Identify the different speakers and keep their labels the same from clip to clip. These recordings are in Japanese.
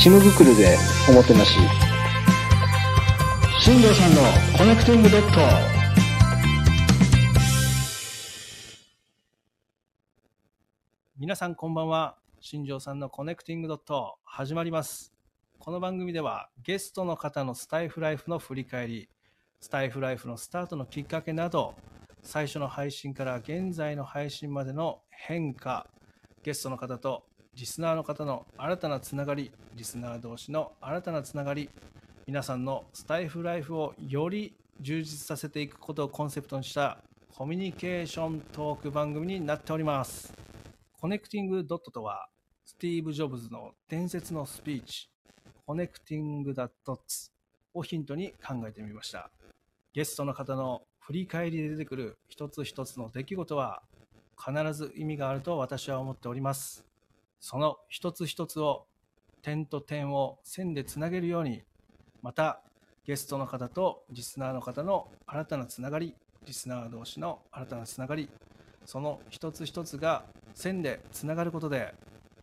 Speaker 1: チムグクルでおもてなし新藤さんのコネクティングドット
Speaker 2: 皆さんこんばんは新庄さんのコネクティングドット始まりますこの番組ではゲストの方のスタイフライフの振り返りスタイフライフのスタートのきっかけなど最初の配信から現在の配信までの変化ゲストの方とリスナーの方の新たなつながりリスナー同士の新たなつながり皆さんのスタイフライフをより充実させていくことをコンセプトにしたコミュニケーショントーク番組になっております。コネクティングドットとは、スティーブ・ジョブズの伝説のスピーチ、コネクティング・ダットツをヒントに考えてみました。ゲストの方の振り返りで出てくる一つ一つの出来事は、必ず意味があると私は思っております。その一つ一つを、点と点を線でつなげるように、また、ゲストの方とリスナーの方の新たなつながり、リスナー同士の新たなつながり、その一つ一つが線でつながることで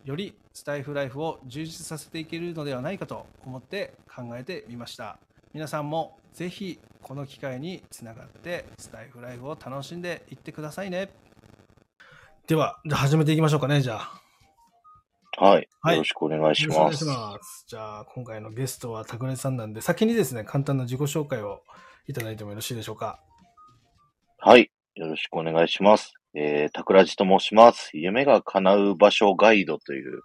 Speaker 2: よりスタイフライフを充実させていけるのではないかと思って考えてみました皆さんもぜひこの機会につながってスタイフライフを楽しんでいってくださいねではじゃあ始めていきましょうかねじゃあ
Speaker 3: はい。
Speaker 2: はい
Speaker 3: よろしくお願いし
Speaker 2: よろ
Speaker 3: ま
Speaker 2: しく
Speaker 3: す。
Speaker 2: お願いしますじゃあ今回のゲストは拓根さんなんで先にですね簡単な自己紹介をいただいてもよろしいでしょうか
Speaker 3: はい。よろしくお願いします。えー、たくらじと申します。夢が叶う場所ガイドという、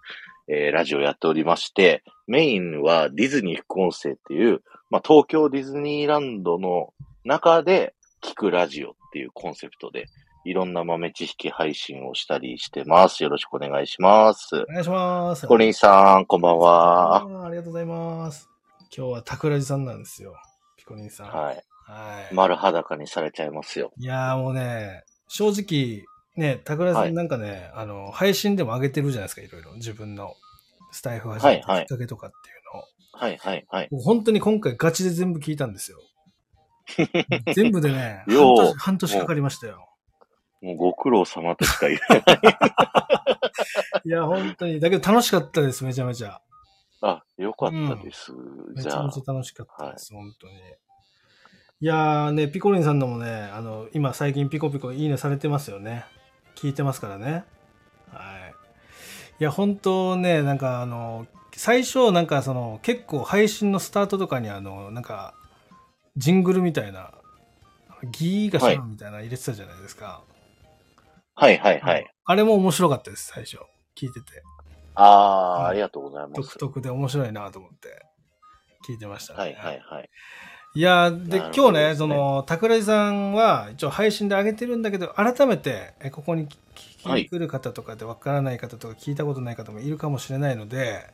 Speaker 3: えー、ラジオをやっておりまして、メインはディズニー副音声っていう、まあ、東京ディズニーランドの中で聞くラジオっていうコンセプトで、いろんな豆知識配信をしたりしてます。よろしくお願いします
Speaker 2: お。願いします
Speaker 3: コリンさん、こんばんは。
Speaker 2: ありがとうございます今日は桜地さんなんですよピコリンさん
Speaker 3: はい。
Speaker 2: はい。
Speaker 3: 丸裸にされちゃいますよ。
Speaker 2: いやーもうね、正直、ね、桜井さ
Speaker 3: は
Speaker 2: ん
Speaker 3: い
Speaker 2: なんかね、あの、配信でも上げてるじゃないですか、いろいろ。自分のスタイフ始めた
Speaker 3: はいは
Speaker 2: き
Speaker 3: い
Speaker 2: っかけとかっていうのを。
Speaker 3: はい、はい、はい。
Speaker 2: もう本当に今回ガチで全部聞いたん ですよ。全部でね、半
Speaker 3: よう
Speaker 2: 年半年かかりましたよ。
Speaker 3: もうご苦労様としか言えない
Speaker 2: いや、本当に。だけど楽しかったです、めちゃめちゃ。
Speaker 3: あ、よかったです。
Speaker 2: め
Speaker 3: じ
Speaker 2: ち
Speaker 3: ゃ
Speaker 2: ゃ
Speaker 3: あ
Speaker 2: めち、ゃ楽しかったです、本当に。いやーね、ピコリンさんのもね、あの、今最近ピコピコいいねされてますよね。聞いてますからね。はい。いや、本当ね、なんかあの、最初なんかその、結構配信のスタートとかにあの、なんか、ジングルみたいな、ギーガシャンみたいなの入れてたじゃないですか。
Speaker 3: はいはいはい。
Speaker 2: あれも面白かったです、最初。聞いてて。う
Speaker 3: あ
Speaker 2: ん
Speaker 3: あ、ありがとうございま
Speaker 2: 独
Speaker 3: す。
Speaker 2: 特で面白いなと思って、聞いてましたね。
Speaker 3: はいはいはい。
Speaker 2: いやーで
Speaker 3: なるほ
Speaker 2: 今日
Speaker 3: どですね
Speaker 2: ね、その桜井さんは一応配信で上げてるんだけど、改めてえここに聞き聞
Speaker 3: はい
Speaker 2: に来る方とかでわからない方とか聞いたことない方もいるかもしれないので、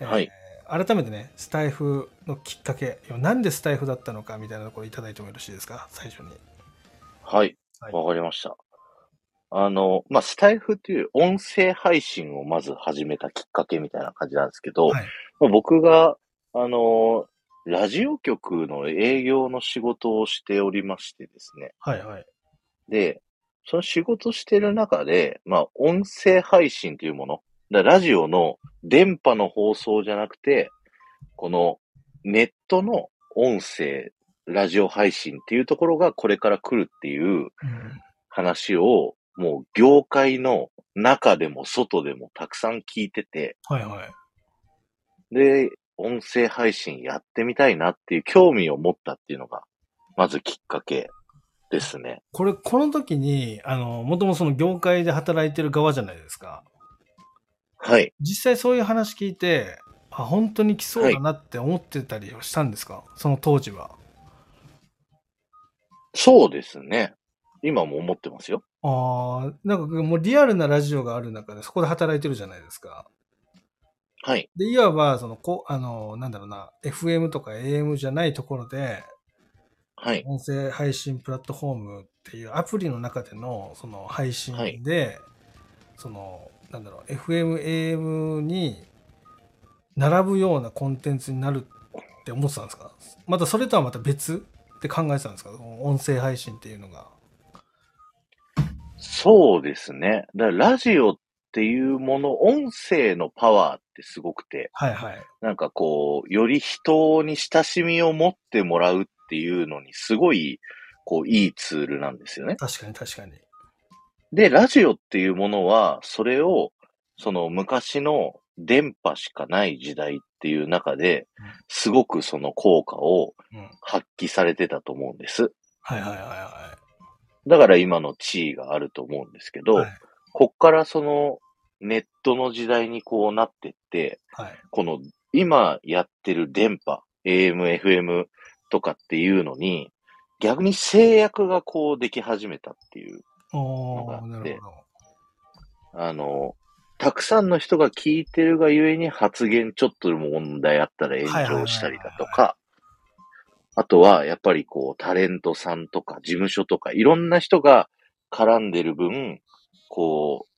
Speaker 2: えー
Speaker 3: はい
Speaker 2: 改めてね、スタイフのきっかけ、いやなんでスタイフだったのかみたいなところいただいてもよろしいですか、最初に。
Speaker 3: はい
Speaker 2: は。い
Speaker 3: わかりました。あの、まあ、スタイフという音声配信をまず始めたきっかけみたいな感じなんですけど、
Speaker 2: はい
Speaker 3: まあ僕が、あの、ラジオ局の営業の仕事をしておりましてですね。
Speaker 2: はいはい。
Speaker 3: で、その仕事してる中で、まあ、音声配信というもの。だからラジオの電波の放送じゃなくて、このネットの音声、ラジオ配信っていうところがこれから来るっていう
Speaker 2: うん
Speaker 3: 話を、もう業界の中でも外でもたくさん聞いてて、
Speaker 2: はいはい。
Speaker 3: で、音声配信やってみたいなっていう興味を持ったっていうのが、まずきっかけですね。
Speaker 2: これ、この時に、あの、もともとその業界で働いてる側じゃないですか。
Speaker 3: はい。
Speaker 2: 実際そういう話聞いてあ本当に来そうだなって思ってたりはしたんですか、その当時は
Speaker 3: そうですね。今も思ってますよ。
Speaker 2: ああなんかもうリアルなラジオがある中でそこで働いてるじゃないですか
Speaker 3: はい。
Speaker 2: でいわばそのこあのなんだろうな FM とか AM じゃないところで
Speaker 3: はい。
Speaker 2: 音声配信プラットフォームっていうアプリの中でのその配信で、そのなんだろう FMAM に並ぶようなコンテンツになるって思ってたんですかまたそれとはまた別って考えてたんですかその音声配信っていうのが。
Speaker 3: そうですね。だからラジオっっていうもの、音声のパワーってすごくて、
Speaker 2: はいはい。
Speaker 3: なんかこう、より人に親しみを持ってもらうっていうのにすごい、こう、いいツールなんですよね。
Speaker 2: 確かに確かに。
Speaker 3: で、ラジオっていうものは、それを、その昔の電波しかない時代っていう中で
Speaker 2: うん、
Speaker 3: すごくその効果を
Speaker 2: うん。
Speaker 3: 発揮されてたと思うんです。
Speaker 2: はいはいはいは
Speaker 3: だから今の地位があると思うんですけど、
Speaker 2: はい
Speaker 3: こっからそのネットの時代にこうなってって、
Speaker 2: い。はい。
Speaker 3: この今やってる電波、AM、FM とかっていうのに、逆に制約がこうでき始めたっていう、
Speaker 2: おー、
Speaker 3: のがあ
Speaker 2: な
Speaker 3: って
Speaker 2: るほど。
Speaker 3: あの、たくさんの人が聞いてるがゆえに発言ちょっとでも問題あったら炎上したりだとか、あとはやっぱりこうタレントさんとか事務所とかいろんな人が絡んでる分、こう、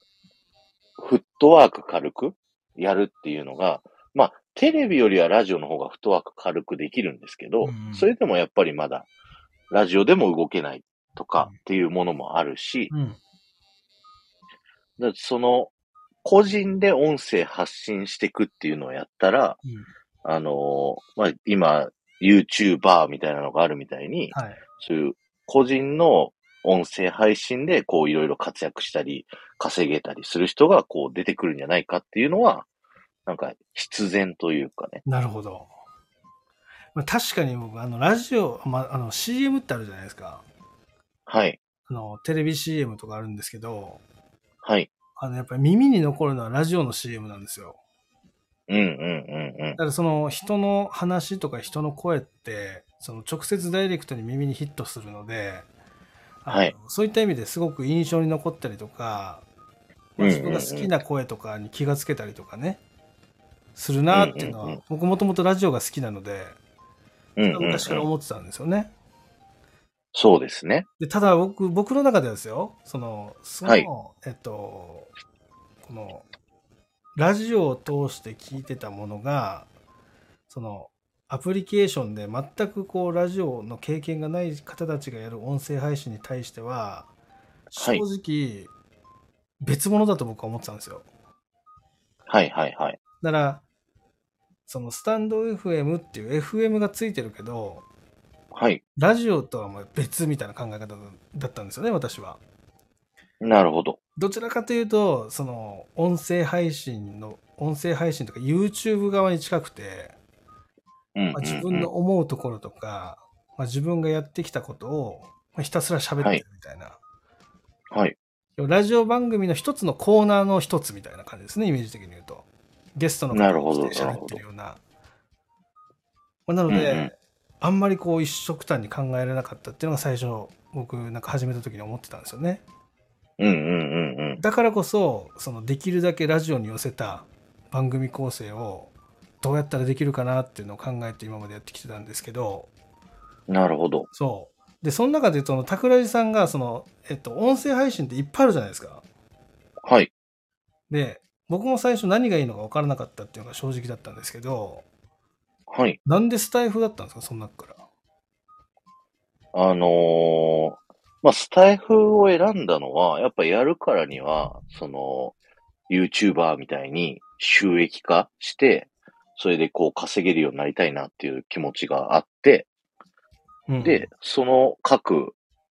Speaker 3: フットワーク軽くやるっていうのが、まあテレビよりはラジオの方がフットワーク軽くできるんですけど、
Speaker 2: うん
Speaker 3: それでもやっぱりまだラジオでも動けないとかっていうものもあるし、
Speaker 2: うん。
Speaker 3: だからその、個人で音声発信していくっていうのをやったら、
Speaker 2: うん。
Speaker 3: あのーまあ、今、YouTuber みたいなのがあるみたいに、
Speaker 2: はい。
Speaker 3: そういう個人の音声配信で、こういろいろ活躍したり、稼げたりする人が、こう出てくるんじゃないかっていうのは、なんか必然というかね。
Speaker 2: なるほど。まあ、確かに僕、あの、ラジオ、まあ、あの、CM ってあるじゃないですか。
Speaker 3: はい。
Speaker 2: あの、テレビ CM とかあるんですけど、
Speaker 3: はい。
Speaker 2: あの、やっぱり耳に残るのはラジオの CM なんですよ。
Speaker 3: うんうんうんうん
Speaker 2: だ。からその人の話とか人の声って、その直接ダイレクトに耳にヒットするので、あの
Speaker 3: はい
Speaker 2: そういった意味ですごく印象に残ったりとか、まあ
Speaker 3: うんうんうん
Speaker 2: 自分が好きな声とかに気がつけたりとかね、するなっていうのは、
Speaker 3: うんうんうん
Speaker 2: 僕もともとラジオが好きなので、
Speaker 3: うんうん、う
Speaker 2: 昔から
Speaker 3: ん。
Speaker 2: 思ってたんですよね。
Speaker 3: そうですね。
Speaker 2: でただ僕、僕の中ではですよ、その、その、
Speaker 3: はい
Speaker 2: えっと、この、ラジオを通して聞いてたものが、その、アプリケーションで全くこう、ラジオの経験がない方たちがやる音声配信に対しては、正
Speaker 3: はい
Speaker 2: 直、別物だと僕は思ってたんですよ。
Speaker 3: はいはいはい。
Speaker 2: だから、その、スタンド FM っていう FM がついてるけど、
Speaker 3: はい。
Speaker 2: ラジオとはまあ別みたいな考え方だったんですよね、私は。
Speaker 3: なるほど。
Speaker 2: どちらかというと、その、音声配信の、音声配信とか YouTube 側に近くて、
Speaker 3: うんうん、うん。
Speaker 2: まあ、自分の思うところとか、まあ、自分がやってきたことを、まあ、ひたすら喋ってるみたいな、
Speaker 3: はい。
Speaker 2: ラジオ番組の一つのコーナーの一つみたいな感じですね、イメージ的に言うと。ゲストの方
Speaker 3: なるほ
Speaker 2: が来
Speaker 3: ど
Speaker 2: て喋ってるような。まあ、なので、
Speaker 3: うんうん
Speaker 2: あんまりこう一色単に考えられなかったっていうのが最初、僕なんか始めた時に思ってたんですよね。
Speaker 3: うんうんうんうん。
Speaker 2: だからこそそのできるだけラジオに寄せた番組構成をどうやったらできるかなっていうのを考えて今までやってきてたんですけど
Speaker 3: なるほど。
Speaker 2: そうでその中でその桜地さんがその、えっと、音声配信っていっぱいあるじゃないですか
Speaker 3: はい。
Speaker 2: で僕も最初何がいいのか分からなかったっていうのが正直だったんですけど
Speaker 3: はい。
Speaker 2: なんでスタイフだったんですかその中から
Speaker 3: あのーまあ、スタイフを選んだのは、やっぱやるからには、その、YouTuber みたいに収益化して、それでこう稼げるようになりたいなっていう気持ちがあって、、
Speaker 2: うん
Speaker 3: で、その各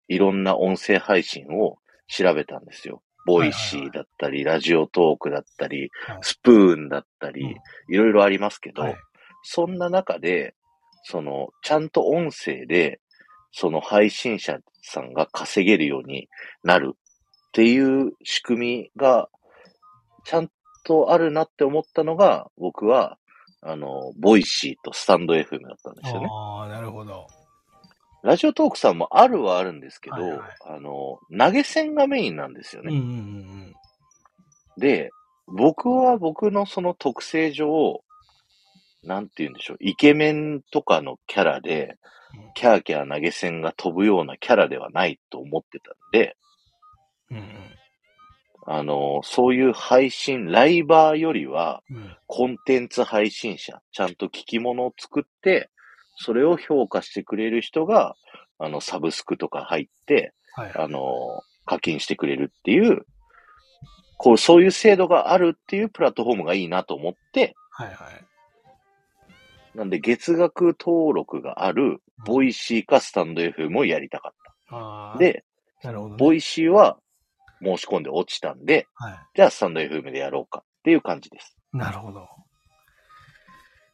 Speaker 3: いろんな音声配信を調べたんですよ。ボイシ
Speaker 2: はいはい
Speaker 3: ー
Speaker 2: は
Speaker 3: だったり、ラジオトークだったり
Speaker 2: はい、
Speaker 3: スプーンだったり、いろいろありますけど
Speaker 2: はい、
Speaker 3: そんな中で、その、ちゃんと音声で、その配信者さんが稼げるようになるっていう仕組みが、ちゃんとあるなって思ったのが、僕は、あの、ボイシーとスタンド FM だったんですよね。
Speaker 2: ああなるほど
Speaker 3: ラジオトークさんもあるはあるんですけど、
Speaker 2: はいはい
Speaker 3: あの、投げ銭がメインなんですよ
Speaker 2: うん
Speaker 3: ね。
Speaker 2: うんうん
Speaker 3: で、僕は僕のその特性上、なんて言うんでしょう、イケメンとかのキャラで
Speaker 2: うん、
Speaker 3: キャーキャー投げ銭が飛ぶようなキャラではないと思ってたんで、
Speaker 2: うんうん
Speaker 3: あの、そういう配信、ライバーよりは、
Speaker 2: うんうん
Speaker 3: コンテンツ配信者、ちゃんと聞き物を作って、それを評価してくれる人が、あの、サブスクとか入って、
Speaker 2: はい
Speaker 3: あの、課金してくれるっていうこう、そういう制度があるっていうプラットフォームがいいなと思って、
Speaker 2: はいはい。
Speaker 3: なんで月額登録がある、ボイシーかスタンド FM をやりたかっ
Speaker 2: あ
Speaker 3: た。
Speaker 2: ー、
Speaker 3: で、
Speaker 2: なるほど、ね。
Speaker 3: ボイシーは申し込んで落ちたんで、
Speaker 2: はい。
Speaker 3: じゃあスタンド FM でやろうかっていう感じです。
Speaker 2: なるほど。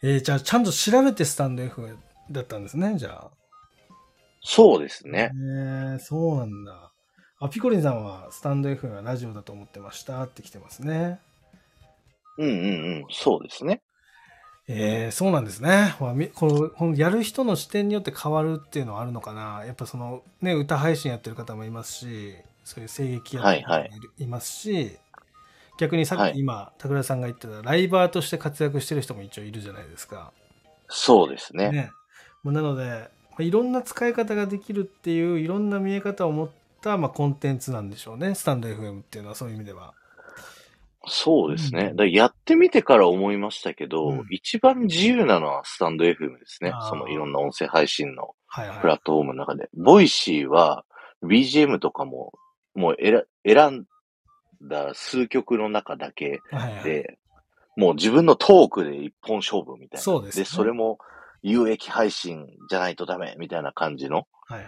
Speaker 2: えー、じゃあ、ちゃんと調べてスタンド F だったんですね、じゃあ。
Speaker 3: そうですね。
Speaker 2: えーそうなんだ。あ、ピコリンさんはスタンド F がラジオだと思ってましたって来てますね。
Speaker 3: うんうんうん。そうですね。
Speaker 2: えーそうなんですね。ほらみこのこのやる人の視点によって変わるっていうのはあるのかな。やっぱそのね、歌配信やってる方もいますし、そういう声劇やってる方もいるいますし、逆にさ
Speaker 3: は
Speaker 2: っき
Speaker 3: い
Speaker 2: 今、拓郎さんが言ってたライバーとして活躍してる人も一応いるじゃないですか。
Speaker 3: そうですね。
Speaker 2: ね、まあなので、まあいろんな使い方ができるっていういろんな見え方を持った、まあ、コンテンツなんでしょうねスタンド FM っていうのはそういう意味では。
Speaker 3: そうですね。
Speaker 2: うん
Speaker 3: だからやってみてから思いましたけど、
Speaker 2: うん
Speaker 3: 一番自由なのはスタンド FM ですね
Speaker 2: あー。
Speaker 3: そのいろんな音声配信の
Speaker 2: はいはい、
Speaker 3: プラットフォームの中で。ボイシーは BGM とかも、もう選選んだ数曲の中だけ
Speaker 2: はいはい
Speaker 3: で、もう自分のトークで一本勝負みたいな。
Speaker 2: そうですね
Speaker 3: で、それも有益配信じゃないとダメみたいな感じの
Speaker 2: はいはい、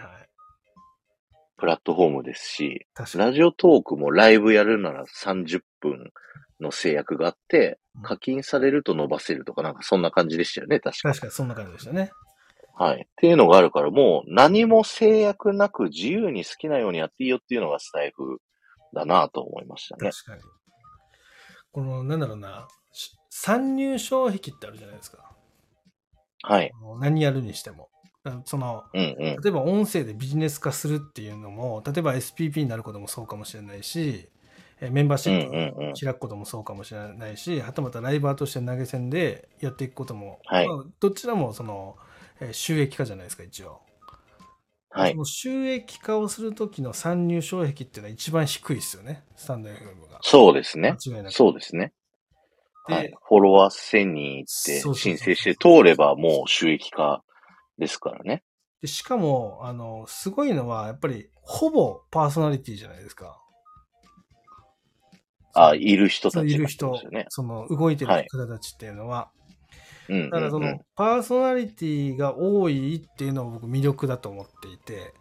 Speaker 3: プラットフォームですし、
Speaker 2: 確かに。
Speaker 3: ラジオトークもライブやるなら30分の制約があって
Speaker 2: うん、
Speaker 3: 課金されると伸ばせるとかなんかそんな感じでしたよね、確か。
Speaker 2: 確かにそんな感じでしたね。
Speaker 3: はい。っていうのがあるから、もう何も制約なく自由に好きなようにやっていいよっていうのがスタイフだなと思いましたね。
Speaker 2: 確かに。このなんだろうなし参入障壁ってあるじゃないですか。
Speaker 3: はい。
Speaker 2: あの何やるにしても。だからその
Speaker 3: うんうん。
Speaker 2: 例えば音声でビジネス化するっていうのも例えば SPP になることもそうかもしれないしえーメンバーシップ
Speaker 3: うんうんう
Speaker 2: を
Speaker 3: ん
Speaker 2: 開くこともそうかもしれないし、はたまたライバーとして投げ銭でやっていくことも、
Speaker 3: はい
Speaker 2: まあどちらもそのえー収益化じゃないですか一応、
Speaker 3: は
Speaker 2: そ
Speaker 3: い。
Speaker 2: の収益化をする時の参入障壁っていうのは一番低いですよねスタンド FM が、
Speaker 3: そうですね。
Speaker 2: 間違いなく
Speaker 3: そうですね。
Speaker 2: で
Speaker 3: はい。フォロワー1000人行って
Speaker 2: そうそうそう
Speaker 3: 申請して通ればもう収益化ですからね。
Speaker 2: でしかもあのすごいのはやっぱりほぼパーソナリティじゃないですか
Speaker 3: あ、いる人たち
Speaker 2: そう
Speaker 3: が
Speaker 2: いる
Speaker 3: ってこ
Speaker 2: 人
Speaker 3: とですよね。
Speaker 2: その動いてる
Speaker 3: はい
Speaker 2: 方たちっていうのは、
Speaker 3: うんうんうん。
Speaker 2: だからその、パーソナリティが多いっていうのは僕魅力だと思っていて、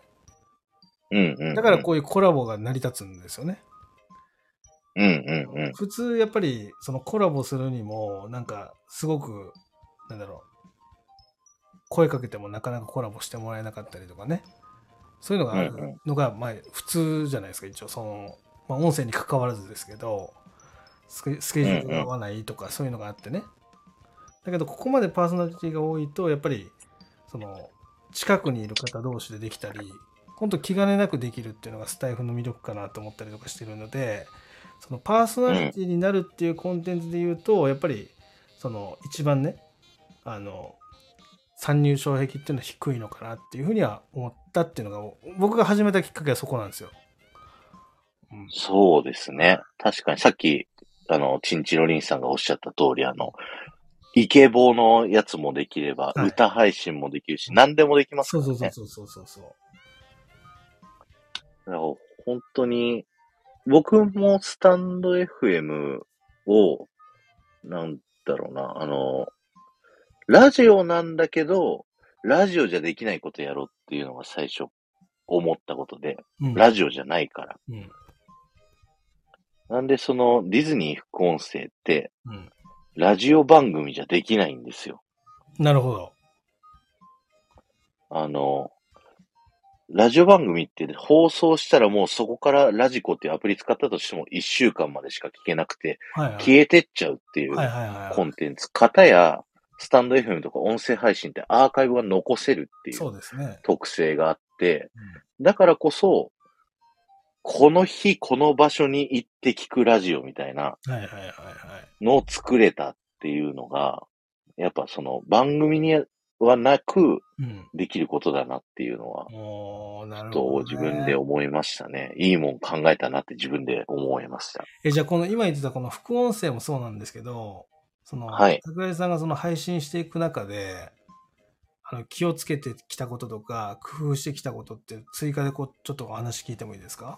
Speaker 3: うんうんうん
Speaker 2: だからこういうコラボが成り立つんですよね。
Speaker 3: うんうんうん。
Speaker 2: 普通やっぱりそのコラボするにも、なんかすごく、なんだろう、声かけてもなかなかコラボしてもらえなかったりとかね、そういうのがある
Speaker 3: うんうん
Speaker 2: のが、まあ普通じゃないですか、一応その、まあ音声に関わらずですけど、スケスケジュールが合わないとかそういうのがあってね。だけどここまでパーソナリティが多いとやっぱりその近くにいる方同士でできたり本当気兼ねなくできるっていうのがスタイフの魅力かなと思ったりとかしてるのでそのパーソナリティになるっていうコンテンツで言うと、やっぱりその一番ねあの参入障壁っていうのは低いのかなっていうふうには思ったっていうのが僕が始めたきっかけはそこなんですよ。うん
Speaker 3: そうですね。確かにさっき、あの、チンチロリンさんがおっしゃった通り、あの、イケボのやつもできれば、
Speaker 2: はい
Speaker 3: 歌配信もできるし、何でもできますか
Speaker 2: そ
Speaker 3: ら
Speaker 2: う
Speaker 3: ね。
Speaker 2: そうそうそうそうそう。
Speaker 3: だから本当に、僕もスタンド FM を、なんだろうな、あの、ラジオなんだけど、ラジオじゃできないことやろうっていうのが最初思ったことで、
Speaker 2: うん
Speaker 3: ラジオじゃないから。
Speaker 2: うん
Speaker 3: なんでそのディズニー副音声って、
Speaker 2: うん
Speaker 3: ラジオ番組じゃできないんですよ。
Speaker 2: なるほど。
Speaker 3: あの、ラジオ番組って放送したらもうそこからラジコっていうアプリ使ったとしても1週間までしか聞けなくて
Speaker 2: はいはい。
Speaker 3: 消えてっちゃうっていう
Speaker 2: はいはいはい
Speaker 3: コンテンツ。方やスタンド FM とか音声配信ってアーカイブが残せるってい
Speaker 2: そううですね。
Speaker 3: 特性があって、だからこそ、この日この場所に行って聞くラジオみたいな
Speaker 2: はいはいはいはい。
Speaker 3: のを作れたっていうのが、やっぱその番組にはなく
Speaker 2: うん。
Speaker 3: できることだなっていうのは
Speaker 2: おーなるほど、
Speaker 3: と
Speaker 2: ね。
Speaker 3: 自分で思いましたね。いいもん考えたなって自分で思いました。
Speaker 2: え、じゃあこの今言ってたこの副音声もそうなんですけど、その、
Speaker 3: はい
Speaker 2: 桜井さんがその配信していく中で、あの気をつけてきたこととか、工夫してきたことって追加でこう、ちょっとお話聞いてもいいですか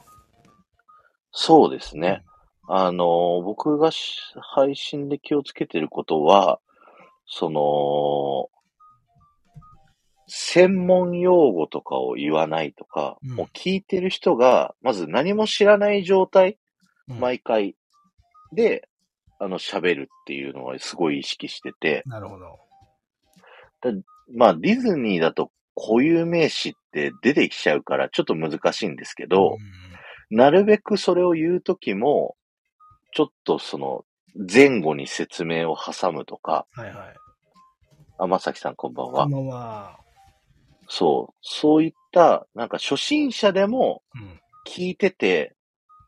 Speaker 3: そうですね。あの、僕がし配信で気をつけてることは、その、専門用語とかを言わないとか、
Speaker 2: うん
Speaker 3: もう聞いてる人が、まず何も知らない状態、
Speaker 2: うん
Speaker 3: 毎回、で、あの、喋るっていうのはすごい意識してて、
Speaker 2: なるほど。
Speaker 3: まあ、ディズニーだと固有名詞って出てきちゃうから、ちょっと難しいんですけど、なるべくそれを言うときも、ちょっとその、前後に説明を挟むとか、
Speaker 2: うんはいはい。
Speaker 3: あ、まさきさんこんばん
Speaker 2: こ
Speaker 3: は
Speaker 2: ん。ばんは。
Speaker 3: そう、そういった、なんか初心者でも
Speaker 2: うん。
Speaker 3: 聞いてて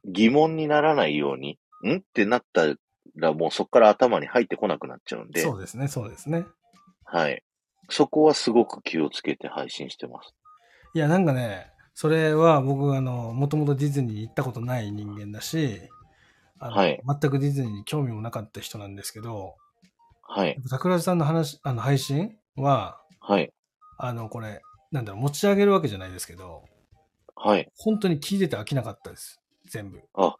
Speaker 3: 疑問にならないように、んってなったらもうそこから頭に入ってこなくなっちゃうんで
Speaker 2: そ、うですね、そうですね。
Speaker 3: はい。そこはすごく気をつけて配信してます。
Speaker 2: いや、なんかね、それは僕、あの、もともとディズニーに行ったことない人間だし、あの
Speaker 3: はい
Speaker 2: 全くディズニーに興味もなかった人なんですけど、
Speaker 3: はい、
Speaker 2: 桜地さんの話、あの、配信は、
Speaker 3: はい、
Speaker 2: あの、これ、なんだろう、持ち上げるわけじゃないですけど、
Speaker 3: はい。
Speaker 2: 本当に聞いてて飽きなかったです。全部。
Speaker 3: あ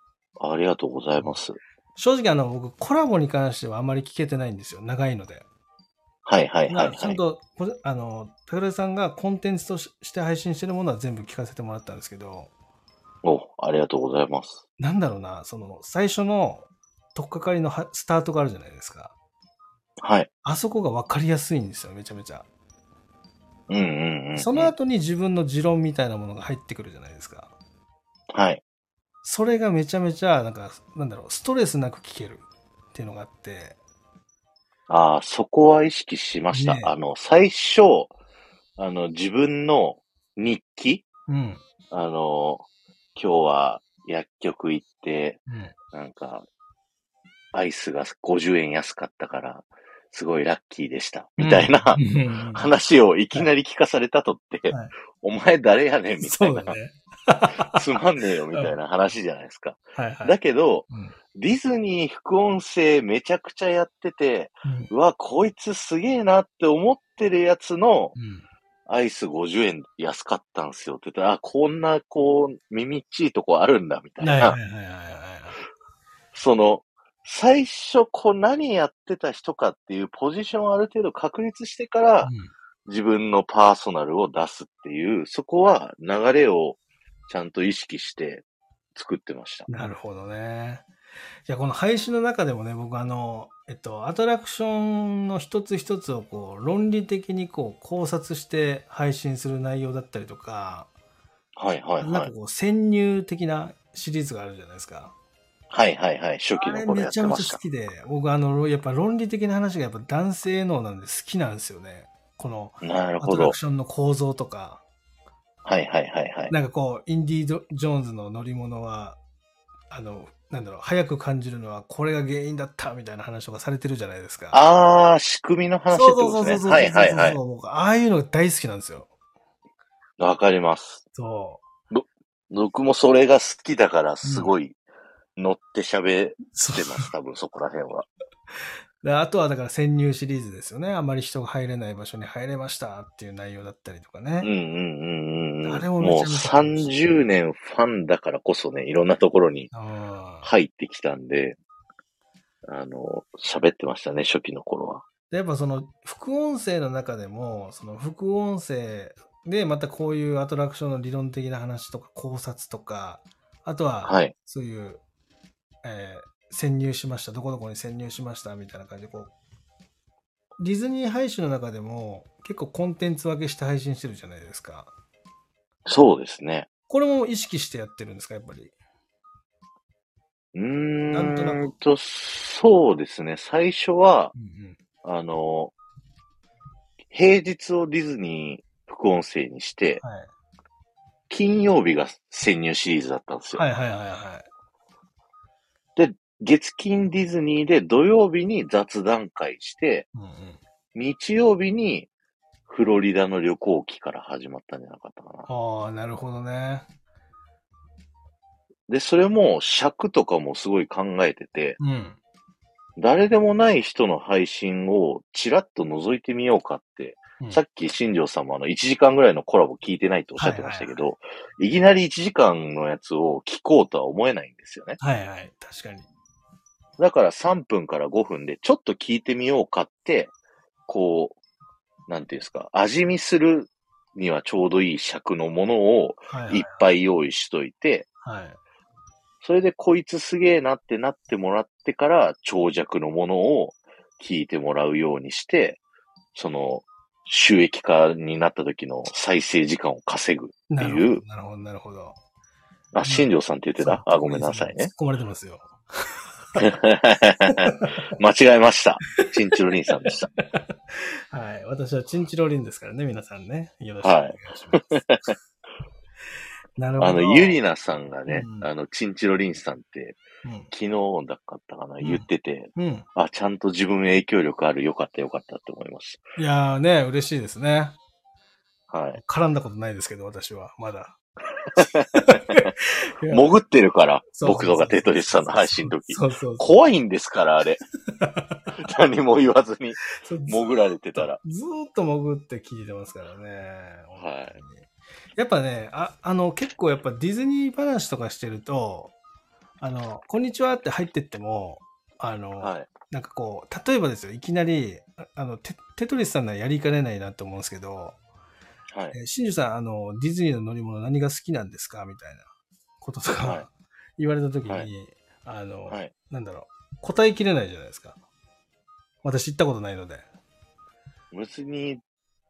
Speaker 3: りがとうございます。
Speaker 2: 正直、あの、僕、コラボに関してはあまり聞けてないんですよ。長いので。
Speaker 3: はい、はい、は、
Speaker 2: ないちゃん
Speaker 3: はい。
Speaker 2: と、これあの、桜地さんがコンテンツとしして配信してるものは全部聞かせてもらったんですけど、
Speaker 3: お、ありがとうございます。
Speaker 2: なんだろうな、その、最初の、とっかかりのはスタートがあるじゃないですか。
Speaker 3: はい。
Speaker 2: あそこが分かりやすいんですよ、めちゃめちゃ。
Speaker 3: うん、うん、うん。
Speaker 2: その後に自分の持論みたいなものが入ってくるじゃないですか。
Speaker 3: はい。
Speaker 2: それがめちゃめちゃ、なんか、なんだろう、ストレスなく聞けるっていうのがあって、
Speaker 3: ああ、そこは意識しました。
Speaker 2: ねえ
Speaker 3: あの、最初、あの、自分の日記、
Speaker 2: うん。
Speaker 3: あの、今日は薬局行って、
Speaker 2: うん、
Speaker 3: なんか、アイスが50円安かったから、すごいラッキーでした。みたいな、
Speaker 2: うん
Speaker 3: 話をいきなり聞かされたとって、
Speaker 2: はい
Speaker 3: お前誰やねんみた
Speaker 2: そ
Speaker 3: いうな、
Speaker 2: だね。
Speaker 3: つまんねえよみたいな話じゃないですか。
Speaker 2: はいはい。
Speaker 3: だけど、
Speaker 2: うん
Speaker 3: ディズニー副音声めちゃくちゃやってて、
Speaker 2: うん
Speaker 3: うわ、こいつすげえなって思ってるやつの
Speaker 2: うん
Speaker 3: アイス50円安かったんすよって言ったら、あ、こんなこう、耳っちいとこあるんだみたい
Speaker 2: はいは
Speaker 3: な。
Speaker 2: いはいはいはい。
Speaker 3: その、最初こう何やってた人かっていうポジションをある程度確立してから
Speaker 2: うん
Speaker 3: 自分のパーソナルを出すっていう、そこは流れをちゃんと意識して作ってました。
Speaker 2: なるほどね。いや、この配信の中でもね、僕あの、えっと、アトラクションの一つ一つをこう、論理的にこう、考察して配信する内容だったりとか、
Speaker 3: はいはい
Speaker 2: なん
Speaker 3: は
Speaker 2: か
Speaker 3: い。
Speaker 2: こう、潜入的なシリーズがあるじゃないですか。
Speaker 3: はいはいはい。初期
Speaker 2: あ
Speaker 3: の
Speaker 2: れ
Speaker 3: 頃や
Speaker 2: め
Speaker 3: っ
Speaker 2: ち
Speaker 3: て
Speaker 2: ゃめ
Speaker 3: ま
Speaker 2: ちゃ
Speaker 3: した
Speaker 2: 好。きで、僕あの、やっぱ論理的な話がやっぱ男性能なんで好きなんですよね。この、
Speaker 3: なる
Speaker 2: ア
Speaker 3: ほ
Speaker 2: トラ
Speaker 3: ど
Speaker 2: ク。ションの構造とか。
Speaker 3: はいはいはいはい。
Speaker 2: なんかこう、インディード・ジョーンズの乗り物は、あの、なんだろう、早く感じるのはこれが原因だったみたいな話とかされてるじゃないですか。
Speaker 3: ああ、仕組みの話って
Speaker 2: そう
Speaker 3: こと
Speaker 2: そうそう
Speaker 3: です
Speaker 2: そ
Speaker 3: ね。
Speaker 2: う。
Speaker 3: はいはいはい。
Speaker 2: 僕ああいうのが大好きなんですよ。
Speaker 3: わかります。
Speaker 2: そ
Speaker 3: 僕もそれが好きだから、すごい乗って喋って
Speaker 2: う。そう
Speaker 3: ます。多分そこら辺は。
Speaker 2: であとはだから潜入シリーズですよね。あまり人が入れない場所に入れましたっていう内容だったりとか
Speaker 3: うん
Speaker 2: ね。
Speaker 3: うんうんうん
Speaker 2: あ
Speaker 3: う
Speaker 2: れ
Speaker 3: ん。
Speaker 2: もめ
Speaker 3: もう
Speaker 2: ちゃめちゃ
Speaker 3: 30年ファンだからこそね、いろんなところに
Speaker 2: うん
Speaker 3: 入ってきたんで、あの、喋ってましたね、初期の頃は。
Speaker 2: でやっぱその副音声の中でも、その副音声でまたこういうアトラクションの理論的な話とか考察とか、あとは
Speaker 3: はい。
Speaker 2: そういう、えー潜入しました、どこどこに潜入しましたみたいな感じで、こう、ディズニー配信の中でも結構コンテンツ分けして配信してるじゃないですか。
Speaker 3: そうですね。
Speaker 2: これも意識してやってるんですか、やっぱり。
Speaker 3: うー
Speaker 2: なんとなん
Speaker 3: と、そうですね。最初は、
Speaker 2: うん
Speaker 3: あの、平日をディズニー副音声にして、
Speaker 2: うん。はい。
Speaker 3: 金曜日が潜入シリーズだったんですよ。
Speaker 2: はいはいはいは
Speaker 3: 月金ディズニーで土曜日に雑談会して、
Speaker 2: い。うんうん。
Speaker 3: 日曜日にフロリダの旅行期から始まったんじゃなかったかな。
Speaker 2: ああ、なるほどね。
Speaker 3: で、それも尺とかもすごい考えてて、
Speaker 2: うん。
Speaker 3: 誰でもない人の配信をちらっと覗いてみようかって
Speaker 2: うん
Speaker 3: さっき新庄さんもあの、1時間ぐらいのコラボ聞いてないとおっしゃってましたけど、いきなり1時間のやつを聞こうとは思えないんですよね。
Speaker 2: はいはい。確かに。
Speaker 3: だから3分から5分でちょっと聞いてみようかって、こう、なんていうんですか、味見するにはちょうどいい尺のものを
Speaker 2: はいはい
Speaker 3: いっぱい用意しといて、
Speaker 2: はい。
Speaker 3: それでこいつすげえなってなってもらってから長尺のものを聞いてもらうようにして、その収益化になった時の再生時間を稼ぐ。
Speaker 2: な
Speaker 3: って
Speaker 2: る
Speaker 3: いう
Speaker 2: ほど、なるほど、なるほど。
Speaker 3: あ、新庄さんって言ってたあ、ごめんなさい
Speaker 2: 突
Speaker 3: ね
Speaker 2: っ。込まれてますよ。
Speaker 3: 間違えました。チンチロリンさんで した。
Speaker 2: はい。私はチンチロリンですからね、皆さんね。よろしくお願いします。 なるほど。
Speaker 3: あの、ユリナさんがね、
Speaker 2: うん
Speaker 3: あの、チンチロリンさんって、
Speaker 2: うん。
Speaker 3: 昨日だったかな、
Speaker 2: ん
Speaker 3: 言ってて、
Speaker 2: うん。
Speaker 3: あ、ちゃんと自分影響力ある、よかったよかったって思います。
Speaker 2: いやーね、嬉しいですね。
Speaker 3: はい。
Speaker 2: 絡んだことないですけど、私は、ま だ。いや
Speaker 3: 潜ってるから、
Speaker 2: そう
Speaker 3: 僕とかテトリスさんの配信の時。
Speaker 2: そうそうそう
Speaker 3: 怖いんですから、あ れ。何も言わずに
Speaker 2: そうず
Speaker 3: 潜られてたら。
Speaker 2: ずーっと潜って聞いてますからね。。
Speaker 3: はい
Speaker 2: やっぱね、ああの、結構やっぱディズニー話とかしてると、あの、こんにちはって入ってっても、あの、
Speaker 3: はい。
Speaker 2: なんかこう、例えばですよ、いきなり、ああの、テテトリスさんならやりかねないなと思うんですけど、
Speaker 3: はい。
Speaker 2: えー新庄さん、あの、ディズニーの乗り物何が好きなんですかみたいなこととか、
Speaker 3: はい
Speaker 2: 言われたときに、
Speaker 3: はい
Speaker 2: あの、
Speaker 3: はい。
Speaker 2: なんだろう、答えきれないじゃないですか。私行ったことないので。
Speaker 3: 別に、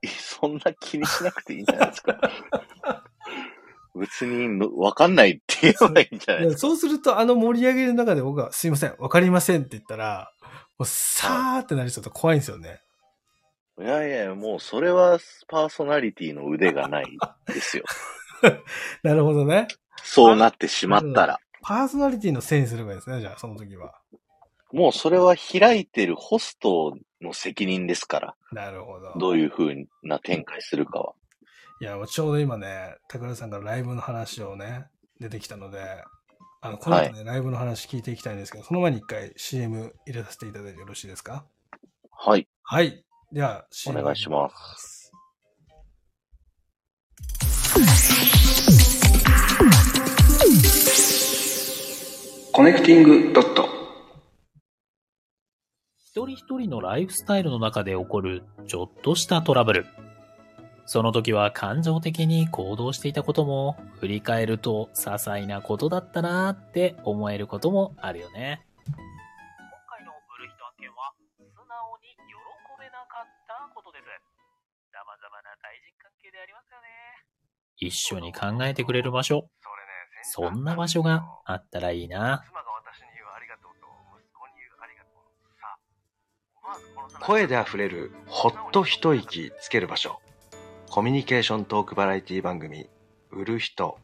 Speaker 3: そんな気にしなくていいんじゃないですか。 別にの、わかんないって言えばいいんじゃない
Speaker 2: いやそうすると、あの盛り上げの中で僕が、すいません、わかりませんって言ったら、もうさーってなりそうと怖いんですよね。
Speaker 3: いやいや、もうそれはパーソナリティの腕がないですよ。
Speaker 2: なるほどね。
Speaker 3: そうなってしまったら。
Speaker 2: パーソナリティのせいにすればいいですね、じゃあ、その時は。
Speaker 3: もうそれは開いてるホストの責任ですから。
Speaker 2: なるほど。
Speaker 3: どういう風な展開するかは。
Speaker 2: いや、もうちょうど今ね、高田さんからライブの話をね、出てきたので、あの、この後ね、ライブの話聞いていきたいんですけど、その前に一回 CM 入れさせていただいてよろしいですか
Speaker 3: はい。
Speaker 2: はい。では、
Speaker 3: お
Speaker 2: CM
Speaker 3: 願いします。
Speaker 2: す。
Speaker 1: コネクティングドット。
Speaker 4: 一人一人のライフスタイルの中で起こるちょっとしたトラブル。その時は感情的に行動していたことも、振り返ると些細なことだったなーって思えることもあるよね。今回のブルヒト案件は、素直に喜べなかったことです。様々な対人関係でありますよね。一緒に考えてくれる場所。そんな場所があったらいいな。
Speaker 5: 声であふれるほっと一息つける場所コミュニケーショントークバラエティ番組「売る人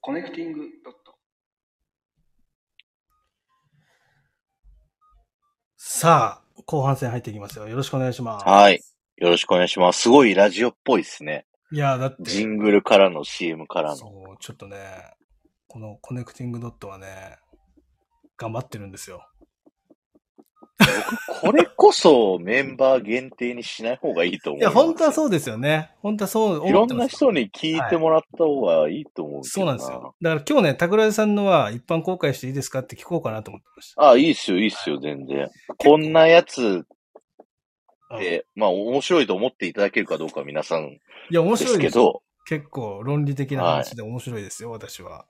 Speaker 1: コネクティングドット。
Speaker 2: さあ、後半戦入っていきますよ。よろしくお願いします。
Speaker 3: はい。よろしくお願いします。すごいラジオっぽいですね。
Speaker 2: いや、だって、
Speaker 3: ジングルからの CM からの。
Speaker 2: そう、ちょっとね、このコネクティングドットはね、頑張ってるんですよ。
Speaker 3: これこそメンバー限定にしない方がいいと思う。
Speaker 2: いや、本当は
Speaker 3: う。
Speaker 2: そうですよね。本当はそう
Speaker 3: い
Speaker 2: 思
Speaker 3: ろ
Speaker 2: って
Speaker 3: ん
Speaker 2: ま
Speaker 3: な
Speaker 2: す
Speaker 3: 人に聞いてもらった方がいいと思うけど
Speaker 2: そうなんですよ。。だから今日ね、桜井さんのは一般公開していいですかって聞こうかなと思ってました。
Speaker 3: あ、いいっすよ、いいっすよ、全然。こんなやつって、まあ、面白いと思っていただけるかどうかは皆さん
Speaker 2: いや、面
Speaker 3: で
Speaker 2: 白い
Speaker 3: すけ
Speaker 2: ですよ。
Speaker 3: ど、
Speaker 2: 結構論理的な話で面白いですよ、私は。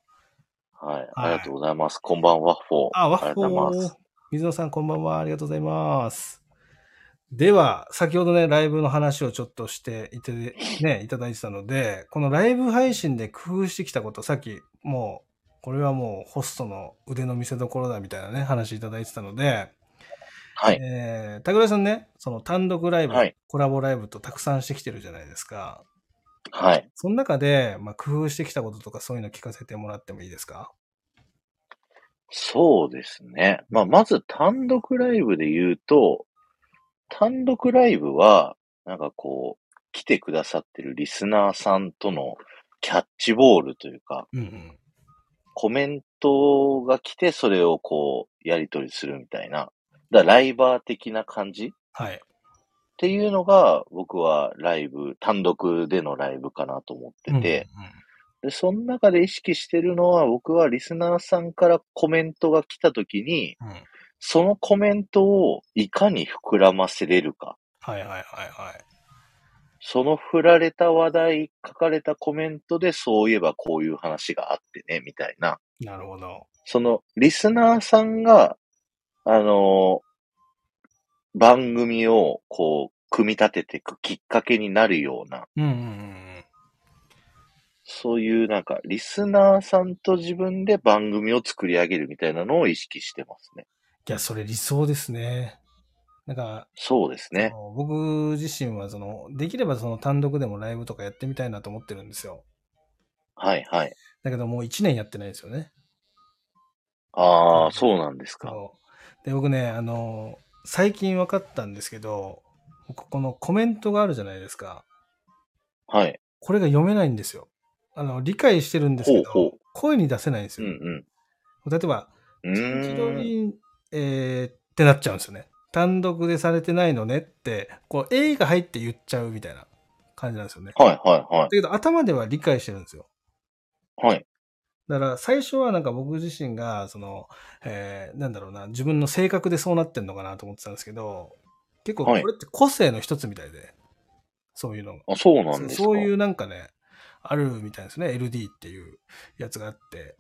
Speaker 3: はい、ありがとうございます。こんばんは、ワッフォー。
Speaker 2: あ、ワッ
Speaker 3: あり
Speaker 2: フ
Speaker 3: がとうござい
Speaker 2: ォ
Speaker 3: ます
Speaker 2: ー。。水野さん、こんばんは。ありがとうございます。では、先ほどね、ライブの話をちょっとしていて、 ね、いただいてたので、このライブ配信で工夫してきたこと、さっき、もう、これはもうホストの腕の見せ所だみたいなね、話いただいてたので、
Speaker 3: はい、
Speaker 2: えー、桜井さんね、その単独ライブ、
Speaker 3: はい
Speaker 2: コラボライブとたくさんしてきてるじゃないですか。
Speaker 3: はい。
Speaker 2: その中で、まあ、工夫してきたこととかそういうの聞かせてもらってもいいですか
Speaker 3: そうですね。まあ、まず単独ライブで言うと、単独ライブは、なんかこう、来てくださってるリスナーさんとのキャッチボールというか、
Speaker 2: うんうん。
Speaker 3: コメントが来て、それをこう、やり取りするみたいな。だからライバー的な感じっ
Speaker 2: はい。
Speaker 3: ていうのが、僕はライブ、単独でのライブかなと思ってて、
Speaker 2: うんうん
Speaker 3: で、その中で意識してるのは、僕はリスナーさんからコメントが来た時に、
Speaker 2: うんうん
Speaker 3: そのコメントをいかに膨らませれるか。
Speaker 2: はいはいはいはい。
Speaker 3: その振られた話題、書かれたコメントで、そういえばこういう話があってね、みたいな。
Speaker 2: なるほど。
Speaker 3: その、リスナーさんが、あの番組を、こう、組み立てていくきっかけになるような、
Speaker 2: うんうんうん
Speaker 3: そういうなんか、リスナーさんと自分で番組を作り上げるみたいなのを意識してますね。
Speaker 2: いや、それ理想ですね。なんか、
Speaker 3: そうですね
Speaker 2: あ。の僕自身はその、できればその単独でもライブとかやってみたいなと思ってるんですよ。
Speaker 3: はいはい。
Speaker 2: だけどもう1年やってないですよね。
Speaker 3: ああ、そうなんですか。
Speaker 2: そうで、僕ね、あの、最近分かったんですけど、僕このコメントがあるじゃないですか。
Speaker 3: はい。
Speaker 2: これが読めないんですよ。あの、理解してるんですけど、
Speaker 3: ほうほう
Speaker 2: 声に出せないんです
Speaker 3: う
Speaker 2: よ。
Speaker 3: ん
Speaker 2: 例えば、
Speaker 3: うん。う
Speaker 2: 千
Speaker 3: ーん。
Speaker 2: 鳥、えーってなっちゃうんですよね。単独でされてないのねって、こう、A が入って言っちゃうみたいな感じなんですよね。
Speaker 3: はいはいは
Speaker 2: だけど、頭では理解してるんですよ。
Speaker 3: い。はい。
Speaker 2: だから、最初はなんか僕自身が、その、えーなんだろうな、自分の性格でそうなってんのかなと思ってたんですけど、結構こ
Speaker 3: は
Speaker 2: れ
Speaker 3: い
Speaker 2: って個性の一つみたいで、そういうのが。
Speaker 3: あ、そうなん
Speaker 2: そ
Speaker 3: ですか。
Speaker 2: そういうなんかね、あるみたいですね。LD っていうやつがあって。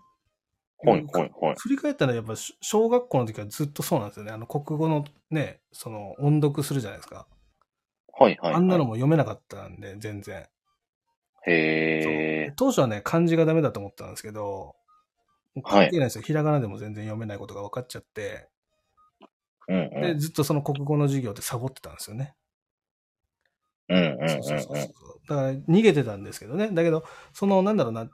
Speaker 3: はいはいはい。
Speaker 2: 振り返ったらやっぱし小学校の時はずっとそうなんですよね。あの国語のね、その音読するじゃないですか。
Speaker 3: はいはい、はい。
Speaker 2: あんなのも読めなかったんで、全然。そう
Speaker 3: へ
Speaker 2: で
Speaker 3: え。
Speaker 2: 当初はね、漢字がダメだと思ったんですけど、もう関係ないですよ。ひらがなでも全然読めないことが分かっちゃって、
Speaker 3: うん
Speaker 2: で、ずっとその国語の授業でサボってたんですよね。
Speaker 3: うん。うんうんうん
Speaker 2: そうそうそうそ
Speaker 3: うん。
Speaker 2: う。だから逃げてたんですけどね。だけど、その、なんだろうな、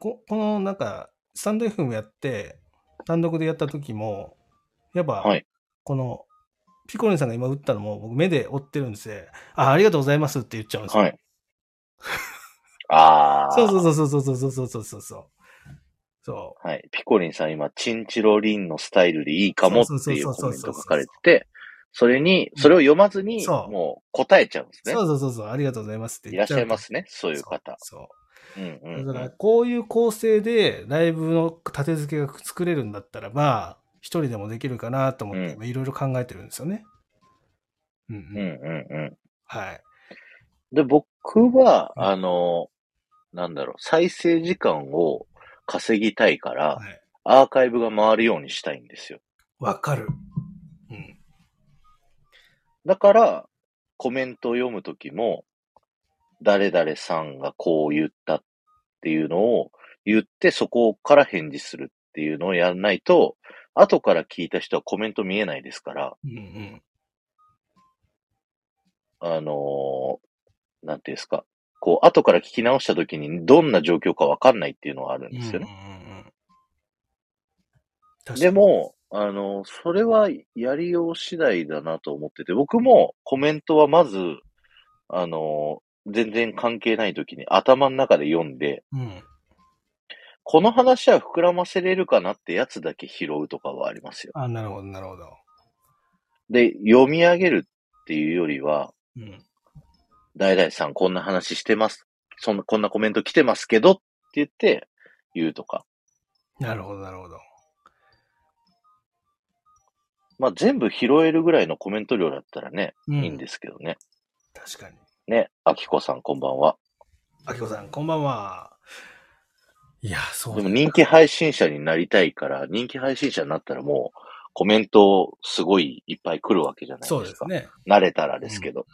Speaker 2: ここのなんか、スタンド FM やって、単独でやった時も、やっぱ、
Speaker 3: はい
Speaker 2: この、ピコリンさんが今打ったのも、僕目で追ってるんですよ。あ、ありがとうございますって言っちゃうんですよ。
Speaker 3: はい。ああ。
Speaker 2: そうそうそうそうそうそうそうそうそうそう。そう。
Speaker 3: はい。ピコリンさん今、チンチロリンのスタイルでいいかもっていうコメント書かれてて、それに、それを読まずに、
Speaker 2: そう
Speaker 3: もう答えちゃうんですね
Speaker 2: そ。うそうそうそう、ありがとうございますって
Speaker 3: い
Speaker 2: 言
Speaker 3: ら
Speaker 2: っ
Speaker 3: っ
Speaker 2: ち
Speaker 3: し
Speaker 2: ゃう
Speaker 3: ゃいますね、そういう方。
Speaker 2: そうそう
Speaker 3: うんうんうん
Speaker 2: だから、こういう構成でライブの立て付けが作れるんだったらば、一人でもできるかなと思って、
Speaker 3: う
Speaker 2: 今いろいろ考えてるんですよね。うん
Speaker 3: うん
Speaker 2: うん。
Speaker 3: うんう
Speaker 2: はい。
Speaker 3: ん。で、僕は、
Speaker 2: うん
Speaker 3: あの、なんだろう、再生時間を稼ぎたいから、
Speaker 2: はい。
Speaker 3: アーカイブが回るようにしたいんですよ。
Speaker 2: わかる。うん。
Speaker 3: だから、コメントを読むときも、誰々さんがこう言ったっていうのを言って、そこから返事するっていうのをやらないと、後から聞いた人はコメント見えないですから、
Speaker 2: うんうん。
Speaker 3: あのーなんていうんですか、こう、後から聞き直したときにどんな状況かわかんないっていうのはあるんですよね。
Speaker 2: うんうんうんうん
Speaker 3: で、も、あの、それはやりよう次第だなと思ってて、僕もコメントはまず、あの、全然関係ない時に頭の中で読んで、
Speaker 2: 確かにうん。
Speaker 3: この話は膨らませれるかなってやつだけ拾うとかはありますよ。
Speaker 2: あ、なるほど、なるほど。
Speaker 3: で、読み上げるっていうよりは、
Speaker 2: うん。
Speaker 3: 誰々さんこんな話してます。そんな、こんなコメント来てますけどって言って、言うとか。
Speaker 2: なるほど、なるほど。
Speaker 3: まあ、全部拾えるぐらいのコメント量だったらね、
Speaker 2: うん
Speaker 3: いいんですけどね。
Speaker 2: 確かに。
Speaker 3: ね、あきこさんこんばんは。
Speaker 2: あきこさん、こんばんは。いや、そう
Speaker 3: で
Speaker 2: だ
Speaker 3: も人気配信者になりたいから、人気配信者になったらもう、コメントすごいいっぱい来るわけじゃないですか。
Speaker 2: そうですね。
Speaker 3: 慣れたらですけど。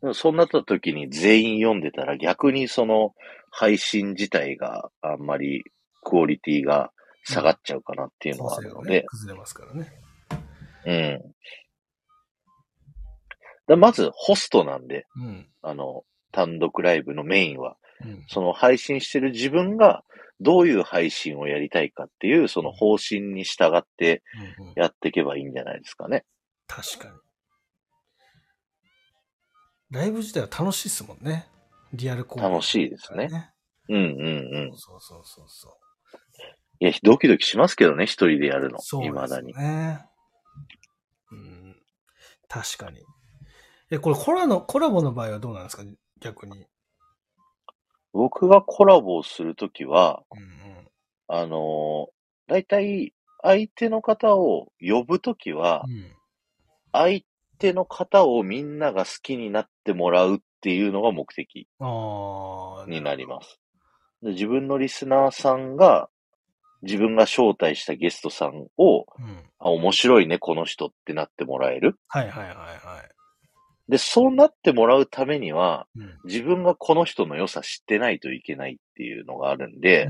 Speaker 3: でもそうなった時に全員読んでたら逆にその配信自体があんまりクオリティが下がっちゃうかなっていうのはあ
Speaker 2: 構成
Speaker 3: るの
Speaker 2: が
Speaker 3: で
Speaker 2: ね、、崩れますからね。
Speaker 3: うん。だまずホストなんで、
Speaker 2: うん。
Speaker 3: あの、単独ライブのメインは、
Speaker 2: うん
Speaker 3: その配信してる自分がどういう配信をやりたいかっていう、その方針に従って
Speaker 2: うんうん
Speaker 3: やっていけばいいんじゃないですかね。
Speaker 2: 確かに。ライブ自体は楽しいですもんね。リアルコー
Speaker 3: 楽しいですね。うんうんう
Speaker 2: そ
Speaker 3: ん
Speaker 2: う。そうそうそう。
Speaker 3: いや、ドキドキしますけどね、一人でやるの。
Speaker 2: そう
Speaker 3: 未
Speaker 2: です
Speaker 3: だ
Speaker 2: よ
Speaker 3: に。
Speaker 2: ね。うん。確かに。え、これコラの、コラボの場合はどうなんですか逆に。
Speaker 3: 僕がコラボをするときは、
Speaker 2: うんうん。
Speaker 3: あのー、だいたい相手の方を呼ぶときは、
Speaker 2: うん、
Speaker 3: 相手の方をみんなが好きになってもらうっていうのが目的
Speaker 2: ああ。
Speaker 3: になります。で自分のリスナーさんが、自分が招待したゲストさんを、
Speaker 2: うん。
Speaker 3: あ、面白いね、この人ってなってもらえる。
Speaker 2: はいはいはいは
Speaker 3: で、そうなってもらうためには、
Speaker 2: い。うん。
Speaker 3: 自分がこの人の良さ知ってないといけないっていうのがあるんで、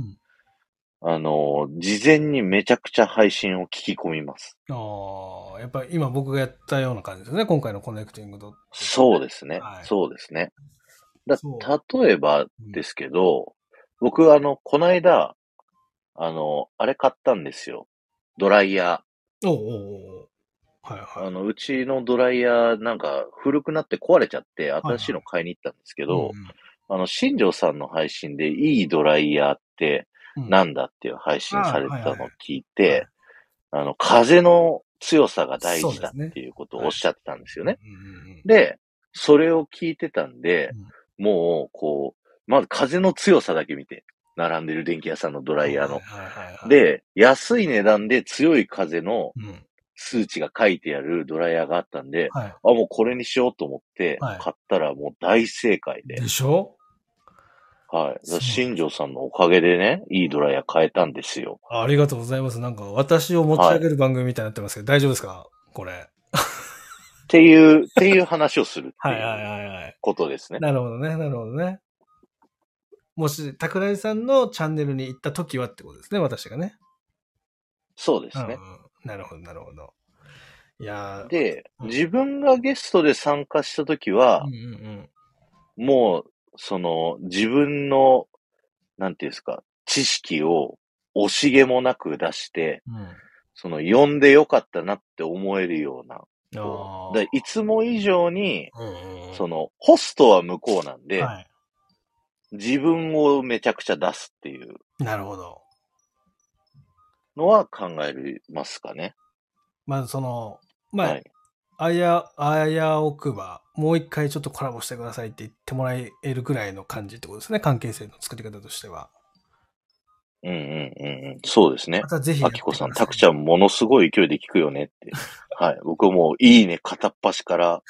Speaker 3: あの、事前にめちゃくちゃ配信を聞き込みます。
Speaker 2: ああ、やっぱり今僕がやったような感じですね。今回のコネクティングドット。
Speaker 3: そうですね。
Speaker 2: はい
Speaker 3: そうですね。だ
Speaker 2: そう
Speaker 3: 例えばですけど、僕、あの、こないだ、あの、あれ買ったんですよ。ドライヤ
Speaker 2: おうおうおうおうはい
Speaker 3: ー。
Speaker 2: は
Speaker 3: あ
Speaker 2: い。
Speaker 3: の、うちのドライヤーなんか古くなって壊れちゃって、新しいの買いに行ったんですけど、あの、新庄さんの配信でいいドライヤーってなんんだっていう配信されてたのを聞い
Speaker 2: はいはいは
Speaker 3: て
Speaker 2: い、
Speaker 3: あの、風の強さが大事だ
Speaker 2: そうですね
Speaker 3: っていうことをおっしゃってたんですよね。。
Speaker 2: うんうんうん
Speaker 3: で、それを聞いてたんで、もう、こう、まず風の強さだけ見て、並んでる電気屋さんのドライヤーの。
Speaker 2: はいはいはいはい、
Speaker 3: で、安い値段で強い風の
Speaker 2: うん。
Speaker 3: 数値が書いてあるドライヤーがあったんで、
Speaker 2: は
Speaker 3: あ、もうこれにしようと思って
Speaker 2: はい、
Speaker 3: 買ったらもう大正解
Speaker 2: い。
Speaker 3: で
Speaker 2: で、しょ
Speaker 3: はい。
Speaker 2: そう
Speaker 3: だ新庄さんのおかげでね、いいドライヤー買えたんですよ。
Speaker 2: ありがとうございます。なんか私を持ち上げる番組みたいになってますけど、大丈夫ですかこれ。
Speaker 3: っ ていう、っていう話をするっていう
Speaker 2: はいはい。
Speaker 3: ことですね。
Speaker 2: なるほどね、なるほどね。もし、桜井さんのチャンネルに行った時はってことですね、私がね。
Speaker 3: そうですね
Speaker 2: う。んうんなるほど、なるほど。いやー、
Speaker 3: で、
Speaker 2: うん
Speaker 3: 自分がゲストで参加したときは
Speaker 2: うん、うん
Speaker 3: もう、その、自分の、なんていうんですか、知識を惜しげもなく出して、
Speaker 2: うん。うん
Speaker 3: その、呼んでよかったなって思えるような。
Speaker 2: あー
Speaker 3: こうだからいつも以上に、
Speaker 2: うんうんうん
Speaker 3: その、ホストは向こうなんで、
Speaker 2: は
Speaker 3: 自分をめちゃくちゃ出すっていう
Speaker 2: い。なるほど。
Speaker 3: のは考えますかね。
Speaker 2: まずその、まあ、
Speaker 3: はい。
Speaker 2: あや、あやおくば、もう一回ちょっとコラボしてくださいって言ってもらえるぐらいの感じってことですね。関係性の作り方としては。
Speaker 3: うんうんうんうん。そうですね
Speaker 2: ま。たぜひや
Speaker 3: あ
Speaker 2: って
Speaker 3: き
Speaker 2: く
Speaker 3: こ
Speaker 2: だ
Speaker 3: さ
Speaker 2: さい。
Speaker 3: ん、たくちゃんものすごい勢いで聞くよねって。はい。僕もういいね、片っ端から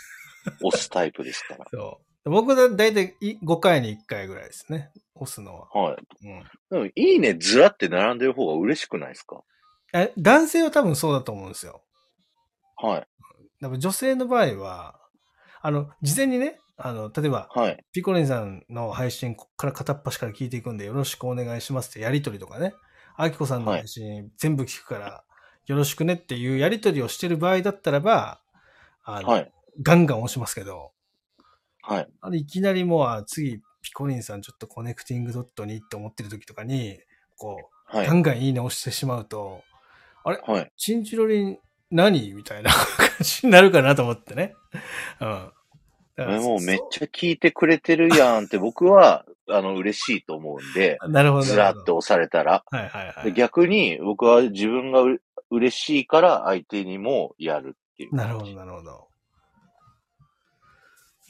Speaker 3: 押すタイプですから。
Speaker 2: そう。僕だ、だいたい5回に1回ぐらいですね。押すのは。
Speaker 3: はい。
Speaker 2: うん
Speaker 3: でも、いいねずらって並んでる方が嬉しくないですか
Speaker 2: え男性は多分そうだと思うんですよ。
Speaker 3: はい。
Speaker 2: 多分女性の場合は、あの、事前にね、あの、例えば、
Speaker 3: はい。
Speaker 2: ピコリンさんの配信から片っ端から聞いていくんでよろしくお願いしますってやりとりとかね、アキコさんの配信全部聞くからよろしくねっていうやりとりをしてる場合だったらば、あの、
Speaker 3: はい。
Speaker 2: ガンガン押しますけど、
Speaker 3: はい。
Speaker 2: あのいきなりもうあ次ピコリンさんちょっとコネクティングドットにって思ってる時とかに、こう、
Speaker 3: はい
Speaker 2: ガ。ンガンいいね押してしまうと、
Speaker 3: はい。
Speaker 2: チンチロリン何みたいな感じになるかなと思ってね。うん。だから
Speaker 3: もうめっ
Speaker 2: そ
Speaker 3: ちゃ聞いてくれてるやんって僕は、あの、嬉しいと思うんで、
Speaker 2: うなるほど。
Speaker 3: ずらっと
Speaker 2: と
Speaker 3: 押されたら。
Speaker 2: はいはいは
Speaker 3: で
Speaker 2: い。
Speaker 3: 逆に、僕は自分がう嬉しいから相手にもやるっていう。
Speaker 2: なるほど、なるほど。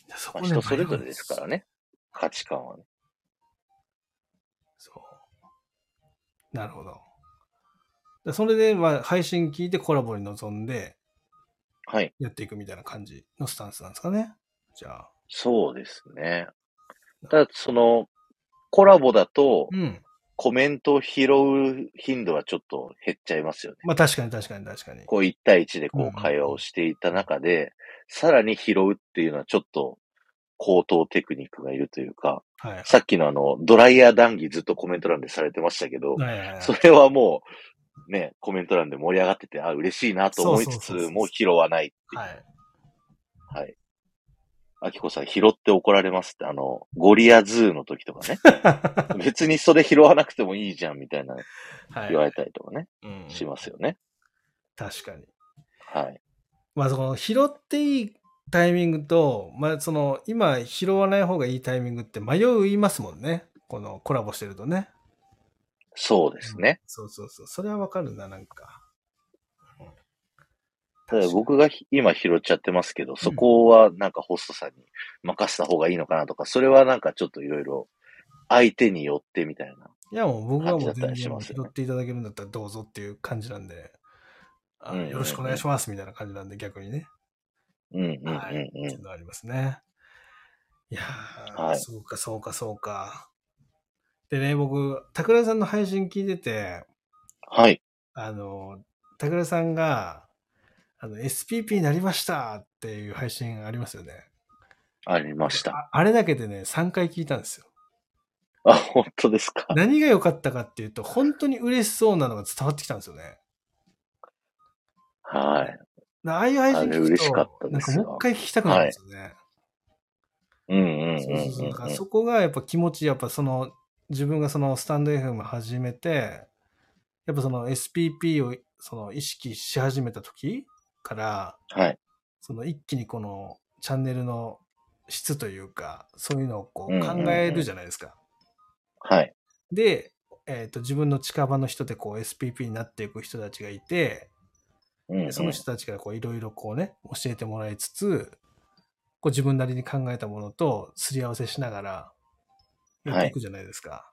Speaker 2: いやそ
Speaker 3: まあ
Speaker 2: ね
Speaker 3: 人それぞれですから。ね。価値観はね。
Speaker 2: そう。なるほど。でそれで、まあ、配信聞いてコラボに臨んで
Speaker 3: はい。
Speaker 2: やっていくみたいな感じのスタンスなんですかね。じゃあ。
Speaker 3: そうですね。ただ、その、コラボだと
Speaker 2: う、ん。
Speaker 3: コメントを拾う頻度はちょっと減っちゃいますよね。
Speaker 2: まあ、確かに確かに確かに。
Speaker 3: こう、一対一で
Speaker 2: うんう
Speaker 3: こ
Speaker 2: ん
Speaker 3: う、会話をしていた中で、さらに拾うっていうのはちょっと、高等テクニックがいるというか、
Speaker 2: はいはい。
Speaker 3: さっきのあの、ドライヤー談義ずっとコメント欄でされてましたけど、
Speaker 2: はいはいはい
Speaker 3: それはもう、ね、コメント欄で盛り上がってて、あ、嬉しいなと思いつつ
Speaker 2: そうそうそうそう、
Speaker 3: もう拾わない。
Speaker 2: はい。
Speaker 3: はい。あきこさん、拾って怒られますって、あの、ゴリアズーの時とかね。 別にそれ拾わなくてもいいじゃん、みたいな
Speaker 2: はい。
Speaker 3: 言われたりとかね、
Speaker 2: うん
Speaker 3: しますよね。
Speaker 2: 確かに。
Speaker 3: はい。
Speaker 2: まあ、その、拾っていいタイミングと、まあ、その、今、拾わない方がいいタイミングって迷いますもんね。この、コラボしてるとね。
Speaker 3: そうですね。
Speaker 2: そうそうそう。それはわかるな、なんか。うん
Speaker 3: ただ僕がひ今拾っちゃってますけど、そこはなんかホストさんに任せた方がいいのかなとか、それはなんかちょっといろいろ相手によってみたいな。
Speaker 2: いや、もう僕はもう全
Speaker 3: 感じだったりし
Speaker 2: 然
Speaker 3: ます
Speaker 2: 拾
Speaker 3: よね
Speaker 2: っていただけるんだったらどうぞっていう感じなんで、あ
Speaker 3: うんうんうん
Speaker 2: よろしくお願いしますみたいな感じなんで、逆にね。
Speaker 3: うんうん
Speaker 2: はい。っ
Speaker 3: う
Speaker 2: て
Speaker 3: んう
Speaker 2: い
Speaker 3: ん
Speaker 2: う。のはありますね。いやー、
Speaker 3: はい
Speaker 2: そうか、そうか、そうか。でね、僕、桜井さんの配信聞いてて、
Speaker 3: はい。
Speaker 2: あの、桜井さんが、あの、SPP になりましたっていう配信ありますよね。
Speaker 3: ありました。
Speaker 2: ああれだけでね、3回聞いたんですよ。
Speaker 3: あ、本当ですか。
Speaker 2: 何が良かったかっていうと、本当に嬉しそうなのが伝わってきたんですよね。
Speaker 3: はい。
Speaker 2: なああいう配信
Speaker 3: あれ
Speaker 2: 聞
Speaker 3: 嬉しかっ
Speaker 2: く
Speaker 3: た
Speaker 2: と、なん
Speaker 3: で
Speaker 2: か
Speaker 3: すよ
Speaker 2: もう一回聞きたくなるんですよね。
Speaker 3: うんうんうんうん
Speaker 2: そうそうそう。だから
Speaker 3: う
Speaker 2: そこがやっぱ気持ちいい、やっぱその、自分がそのスタンド FM 始めて、やっぱその SPP をその意識し始めた時から、
Speaker 3: ん。はい。
Speaker 2: その一気にこのチャンネルの質というか、そういうのをこ
Speaker 3: うん
Speaker 2: う
Speaker 3: うんうん
Speaker 2: 考えるじゃないですか。
Speaker 3: はい。
Speaker 2: で、えっ、と、自分の近場の人でこう SPP になっていく人たちがいて、
Speaker 3: うんうん
Speaker 2: でその人たちからこういろいろこうね、教えてもらいつつ、こう自分なりに考えたものとすり合わせしながらやっていくじゃないですか。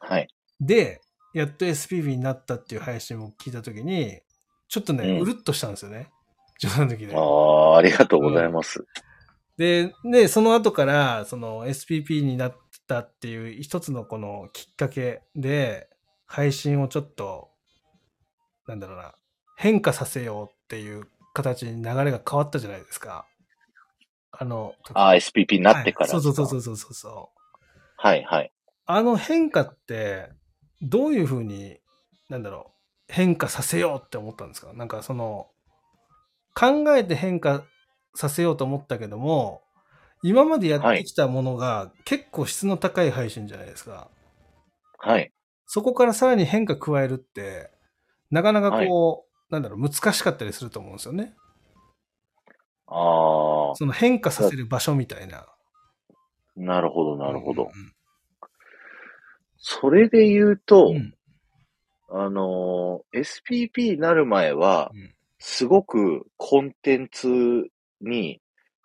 Speaker 3: はい。
Speaker 2: で、やっと SPP になったっていう配信を聞いたときに、ちょっとね、
Speaker 3: うん
Speaker 2: うるっとしたんですよね。冗談の時で
Speaker 3: あ。あ、ありがとうございます。
Speaker 2: で、ね、その後から、その SPP になったっていう一つのこのきっかけで、配信をちょっと、なんだろうな、変化させようっていう形に流れが変わったじゃないですか。あの時、
Speaker 3: ああ、SPP になってから。。
Speaker 2: はいそうそうそううそうそうそう。
Speaker 3: はいはい。
Speaker 2: あの変化って、どういうふうに、なんだろう、変化させようって思ったんですかなんかその、考えて変化させようと思ったけども、今までやってきたものが結構質の高い配信じゃないですか。
Speaker 3: はい。
Speaker 2: そこからさらに変化加えるって、なかなかこう、なんだろう、難しかったりすると思うんですよね。
Speaker 3: ああ、
Speaker 2: その変化させる場所みたいな。
Speaker 3: なるほどなるほ
Speaker 2: うん
Speaker 3: ど。それで言うと、
Speaker 2: うんうん。うん
Speaker 3: あのー SPP になる前は
Speaker 2: うん、
Speaker 3: すごくコンテンツに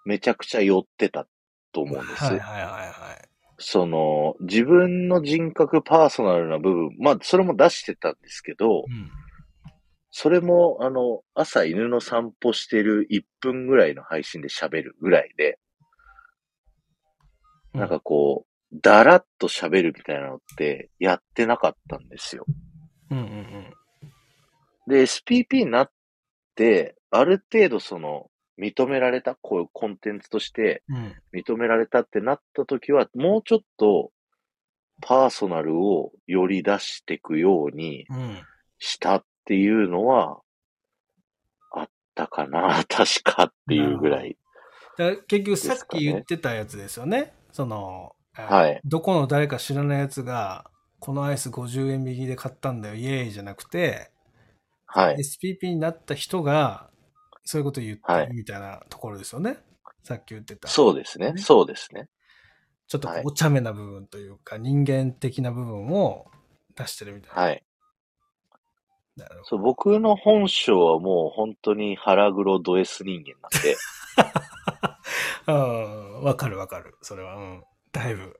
Speaker 3: めちゃくちゃ寄ってたと思うんです。
Speaker 2: はいはいはいはい。
Speaker 3: その、自分の人格パーソナルな部分、まあ、それも出してたんですけ
Speaker 2: う
Speaker 3: ど、
Speaker 2: ん
Speaker 3: それも、あの、朝犬の散歩してる1分ぐらいの配信で喋るぐらいで、
Speaker 2: うん
Speaker 3: なんかこう、だらっと喋るみたいなのってやってなかったんですよ。
Speaker 2: うんうんうん。
Speaker 3: で、SPP になって、ある程度その、認められた、こういうコンテンツとして
Speaker 2: うん
Speaker 3: 認められたってなった時は、もうちょっと、パーソナルをより出していくように
Speaker 2: うん。
Speaker 3: したっていうのは、あったかな、 確かっていうぐらい。
Speaker 2: だから結局さっ
Speaker 3: ですか
Speaker 2: き
Speaker 3: ね
Speaker 2: 言ってたやつですよね。その、
Speaker 3: はい
Speaker 2: どこの誰か知らないやつが、このアイス50円引きで買ったんだよ、イエーイじゃなくて、
Speaker 3: はい。
Speaker 2: SPP になった人が、そういうこと言って
Speaker 3: はい
Speaker 2: るみたいなところですよね。さっき言ってた。
Speaker 3: そうですね。そうですね。
Speaker 2: ちょっとこう
Speaker 3: はい
Speaker 2: お茶目な部分というか、人間的な部分を出してるみたいな。
Speaker 3: はい。
Speaker 2: なるほ
Speaker 3: そう僕の本性はもう本当に腹黒ド S 人間なん で、
Speaker 2: ど。うん、わかるわかる。それは、うん。だいぶ。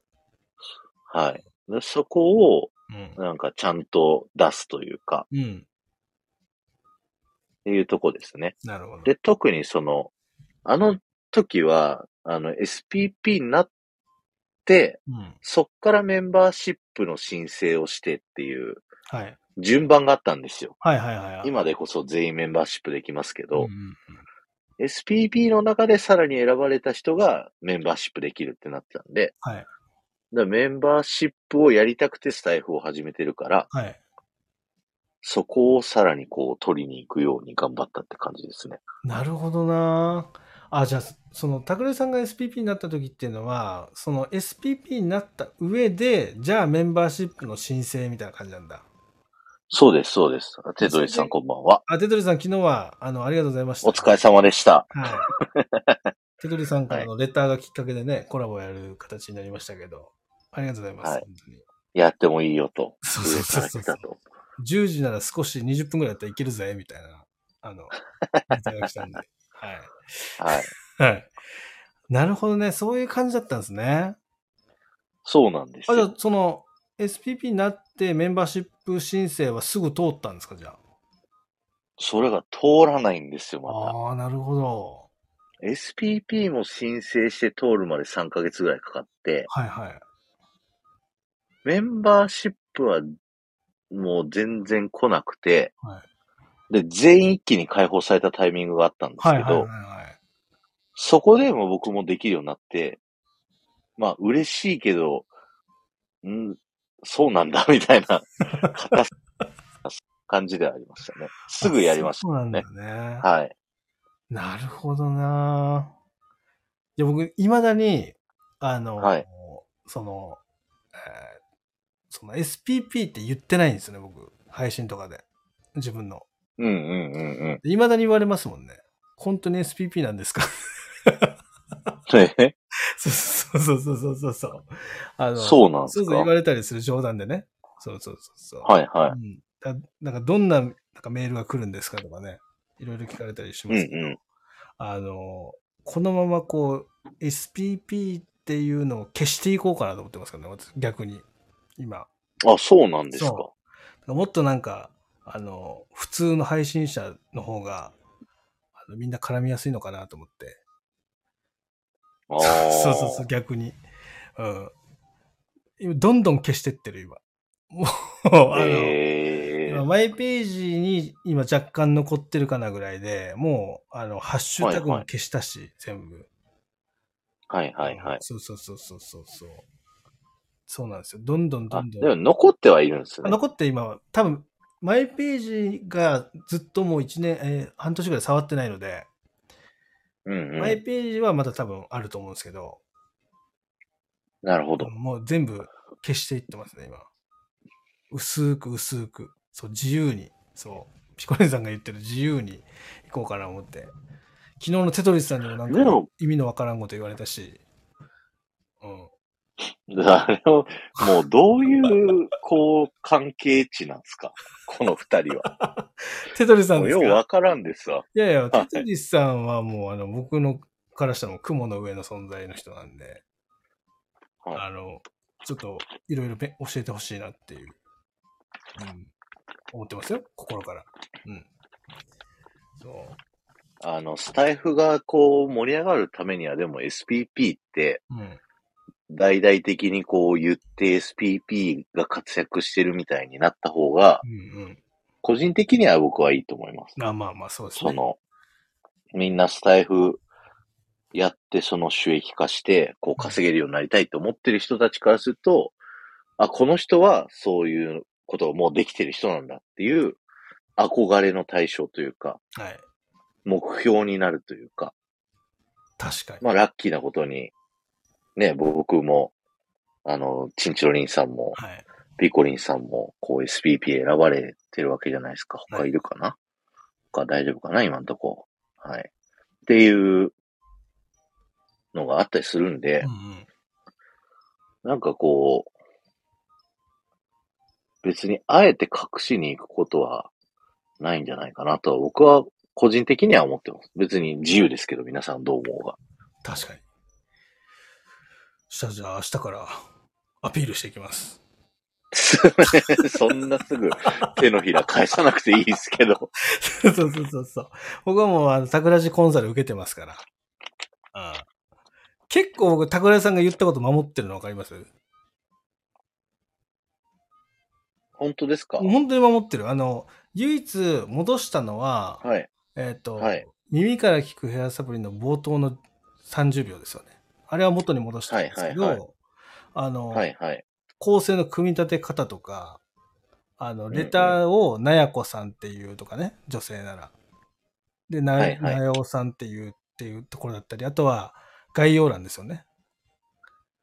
Speaker 3: はい。でそこを、
Speaker 2: うん。
Speaker 3: なんかちゃんと出すというか、
Speaker 2: うん。
Speaker 3: っていうとこですね。
Speaker 2: なるほど。
Speaker 3: で、特にその、あの時は、あの、SPP になって、
Speaker 2: うん。
Speaker 3: そっからメンバーシップの申請をしてっていう
Speaker 2: はい。
Speaker 3: 順番があったんですよ。
Speaker 2: はいはいはいはい。
Speaker 3: 今でこそ全員メンバーシップできますけ
Speaker 2: うんう
Speaker 3: ど、
Speaker 2: ん
Speaker 3: SPP の中でさらに選ばれた人がメンバーシップできるってなってたんで、
Speaker 2: はい。
Speaker 3: だからメンバーシップをやりたくてスタイフを始めてるから、
Speaker 2: はい。
Speaker 3: そこをさらにこう取りに行くように頑張ったって感じですね。
Speaker 2: なるほどなあじゃあその拓井さんが SPP になった時っていうのはその SPP になった上でじゃあメンバーシップの申請みたいな感じなんだ
Speaker 3: そうです、そうです。テドリさんこんばんは。
Speaker 2: あテトリさん昨日はあのありがとうございました
Speaker 3: お疲れ様でした。
Speaker 2: はいテトリさんからのレターがきっかけでねコラボやる形になりましたけどありがとうございます、
Speaker 3: はい
Speaker 2: 本当に
Speaker 3: やってもいいよと。
Speaker 2: そうそうそうそう
Speaker 3: い話だと。
Speaker 2: 10時なら少し20分ぐらいだったらいけるぜ、みたいな、あの、いただきた んで。はい。
Speaker 3: はい。
Speaker 2: はい。なるほどね。そういう感じだったんですね。
Speaker 3: そうなんです
Speaker 2: あ、じゃあ
Speaker 3: よ。、
Speaker 2: その、SPP になってメンバーシップ申請はすぐ通ったんですか、じゃ
Speaker 3: それが通らないんですよ、
Speaker 2: あ。
Speaker 3: ま
Speaker 2: ああー、なるほど。
Speaker 3: た。SPP も申請して通るまで3ヶ月ぐらいかかって、
Speaker 2: はいはい。
Speaker 3: メンバーシップはもう全然来なくて、
Speaker 2: は
Speaker 3: で、全員一気に解放されたタイミングがあったんですけど、
Speaker 2: はいはいはいはい。
Speaker 3: そこでも僕もできるようになって、まあ嬉しいけど、んそうなんだ、 みたいな、片す感じではありましたね。すぐやりまし
Speaker 2: そうなんだよ
Speaker 3: ね
Speaker 2: ね
Speaker 3: た。。はい。
Speaker 2: なるほどなぁいや、僕、いまだに、あの、
Speaker 3: はい
Speaker 2: その、えーその SPP って言ってないんですよね、僕。配信とかで。自分の。
Speaker 3: うんうんうんうん。
Speaker 2: いまだに言われますもんね。本当に SPP なんですか
Speaker 3: ね
Speaker 2: そうそうそうそうそうそう。あの
Speaker 3: そうなんです
Speaker 2: そうそう言
Speaker 3: か
Speaker 2: われたりする冗談でね。そうそうそうそう。
Speaker 3: はいは
Speaker 2: うん、だなんかどんななんかメールが来るんですかとかね、いろいろ聞かれたりし
Speaker 3: い。う
Speaker 2: ますけど、
Speaker 3: んうん。
Speaker 2: あの、このままこう、SPP っていうのを消していこうかなと思ってますからね、私逆に、今。
Speaker 3: あ、そうなんですか。
Speaker 2: そもっとなんか、あの、普通の配信者の方が、あのみんな絡みやすいのかなと思って。
Speaker 3: ああ。
Speaker 2: そうそうそう、逆に。うん。今、どんどん消してってる、今。もう、あの、
Speaker 3: ええ
Speaker 2: 今マイページに今若干残ってるかなぐらいで、もう、あの、ハッシュタグも消したし、全部。
Speaker 3: はいはいはい。
Speaker 2: そうそうそうそうそうそう。そうなんですよ。どんどんど
Speaker 3: あ、
Speaker 2: ん
Speaker 3: で
Speaker 2: ど
Speaker 3: も
Speaker 2: ん。
Speaker 3: 残ってはいるんですね。
Speaker 2: 残って今は、多分、マイページがずっともう1年、えー半年ぐらい触ってないので、
Speaker 3: うんう
Speaker 2: マイ
Speaker 3: ん。
Speaker 2: ページはまだ多分あると思うんですけど、
Speaker 3: なるほど。
Speaker 2: もう全部消していってますね、今。薄く薄く。そう、自由に。そう。ピコネさんが言ってる自由に行こうかな思って。昨日のテトリスさんにもなん
Speaker 3: でも
Speaker 2: か意味のわからんこと言われたし。うん。
Speaker 3: あれを、もうどういう、こう、関係値なんですか この二人は。
Speaker 2: テトリスさん
Speaker 3: もう
Speaker 2: です
Speaker 3: よう
Speaker 2: か
Speaker 3: わからんですわ。
Speaker 2: いやいや、テトリスさんはもう、あの、僕のからしたらもう雲の上の存在の人なんで、
Speaker 3: はい
Speaker 2: あの、ちょっといろいろべ教えてほしいなっていう、うん、思ってますよ、心から。うん。そう。
Speaker 3: あの、スタイフがこう盛り上がるためにはでも SPP って
Speaker 2: うん。
Speaker 3: 大々的にこう言って SPP が活躍してるみたいになった方が
Speaker 2: うんうん。
Speaker 3: 個人的には僕はいいと思います。
Speaker 2: まあまあまあ、そうです
Speaker 3: そ
Speaker 2: ね。
Speaker 3: の、みんなスタイフやってその収益化してこう稼げるようになりたいと思ってる人たちからすると、あ、この人はそういうことをもうできてる人なんだっていう憧れの対象というか
Speaker 2: はい。
Speaker 3: 目標になるというか
Speaker 2: 確かに。
Speaker 3: まあ、ラッキーなことに、ね、僕も、あの、チンチロリンさんも、
Speaker 2: はい。
Speaker 3: ピコリンさんも、こう SPP 選ばれてるわけじゃないですか。他いるかな、他大丈夫かな今んとこ。はい。っていうのがあったりするんで
Speaker 2: う、んうん。
Speaker 3: なんかこう、別にあえて隠しに行くことはないんじゃないかなとは僕は個人的には思ってます。別に自由ですけど、皆さんどう思う が。
Speaker 2: 確かに。したらじゃあ明日からアピールしていきます。
Speaker 3: そんなすぐ手のひら返さなくていいですけど。
Speaker 2: そうそうそうそう。僕はもう、あの、桜地コンサル受けてますから。ああ結構僕、桜地さんが言ったこと守ってるの分かります
Speaker 3: 本当ですかは
Speaker 2: 本当に守ってる。あの、唯一戻したのは、
Speaker 3: い。
Speaker 2: えっ、と、
Speaker 3: はい
Speaker 2: 耳から聞くヘアサプリの冒頭の30秒ですよね。あれは元に戻したんですけど、
Speaker 3: はいはい
Speaker 2: あの、
Speaker 3: はいはい。
Speaker 2: 構成の組み立て方とか、あの、
Speaker 3: ん
Speaker 2: レターをなやこさんっていうとかね、女性なら。で、な,、
Speaker 3: はいはい
Speaker 2: なやおさんっていうっていうところだったり、あとは概要欄ですよね。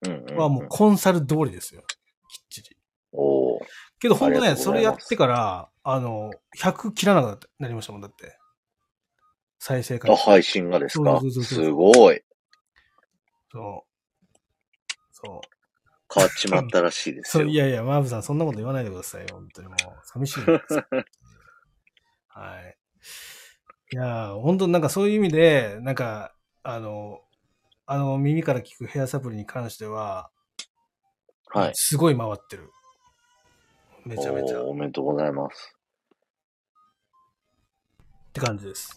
Speaker 3: うんうんうん
Speaker 2: はもうコンサル通りですよ。きっちり。
Speaker 3: おー
Speaker 2: けど本当
Speaker 3: あり
Speaker 2: ね、
Speaker 3: がとう
Speaker 2: そ
Speaker 3: ござ
Speaker 2: れ
Speaker 3: います
Speaker 2: やってから、あの、100切らなくなりましたもん、だって。再生回
Speaker 3: あ、
Speaker 2: 数。
Speaker 3: 配信がですか
Speaker 2: そうそうそうそう
Speaker 3: すごい。
Speaker 2: そう。そう。
Speaker 3: 変わっちまったらしいで す
Speaker 2: そ
Speaker 3: よ。
Speaker 2: ういやいや、マーブさん、そんなこと言わないでくださいよ。本当にもう、寂しいです。 はい。いやー、本当なんかそういう意味で、なんか、あの、あの、耳から聞くヘアサプリに関しては、
Speaker 3: はい。
Speaker 2: すごい回ってる。めちゃめちゃ。
Speaker 3: おー
Speaker 2: っ
Speaker 3: おめでとうございます。
Speaker 2: て感じです。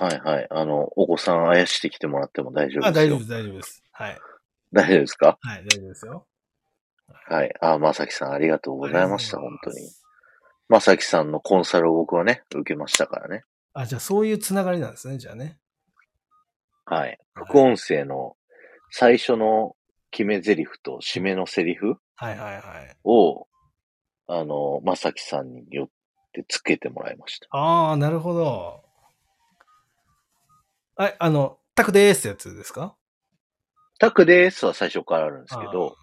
Speaker 3: はいはい。あの、お子さんあやしてきてもらっても大丈夫
Speaker 2: あ、
Speaker 3: です
Speaker 2: 大丈
Speaker 3: よ。
Speaker 2: 夫です、大丈夫です。はい。
Speaker 3: 大丈夫ですか
Speaker 2: はい、大丈夫ですよ。
Speaker 3: はい。あ、まさきさんありがとうございました、
Speaker 2: ありが
Speaker 3: 本
Speaker 2: と
Speaker 3: 当
Speaker 2: うござい
Speaker 3: に
Speaker 2: ま。す
Speaker 3: まさきさんのコンサルを僕はね、受けましたからね。
Speaker 2: あ、じゃあそういうつながりなんですね、じゃあね。
Speaker 3: はい。副音声の最初の決め台詞と締めのセリフ
Speaker 2: はいはいはい。
Speaker 3: を、あの、まさきさんによってつけてもらいました。
Speaker 2: ああ、なるほど。あ、あの、タクでーすってやつですか
Speaker 3: タクですは最初からあるんですけど、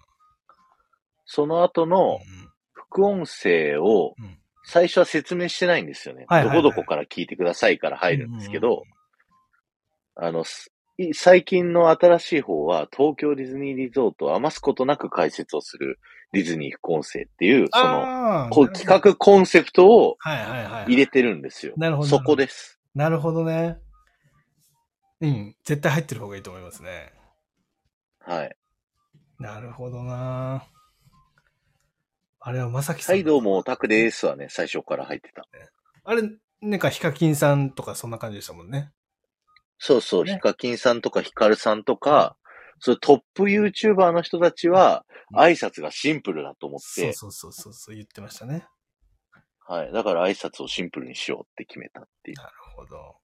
Speaker 3: その後
Speaker 2: う
Speaker 3: の
Speaker 2: ん
Speaker 3: 副音声を
Speaker 2: うん
Speaker 3: 最初は説明してないんですよね。
Speaker 2: はいはいはい
Speaker 3: どこどこから聞いてくださいから入るんですけど、あの、すい最近の新しい方は東京ディズニーリゾートを余すことなく解説をするディズニー副音声っていう、その、
Speaker 2: あー
Speaker 3: こう企。画コンセプトを
Speaker 2: なるほどはいはいはい。
Speaker 3: 入れてるんですよ。
Speaker 2: なるほど
Speaker 3: そこです。
Speaker 2: なるほどね。うん、絶対入ってる方がいいと思いますね。
Speaker 3: はい。
Speaker 2: なるほどな。あれはまさきさ
Speaker 3: は
Speaker 2: ん。
Speaker 3: い、どうも、タクですはね、最初から入ってた。
Speaker 2: あれ、なんかヒカキンさんとかそんな感じでしたもんね。
Speaker 3: そうそう、
Speaker 2: ね
Speaker 3: ヒカキンさんとかヒカルさんとか、そういうトップ YouTuber の人たちは、挨拶がシンプルだと思っ
Speaker 2: そう
Speaker 3: て、
Speaker 2: そうそうそうそう言ってましたね。
Speaker 3: はい。だから挨拶をシンプルにしようって決めたっていう。
Speaker 2: なるほど。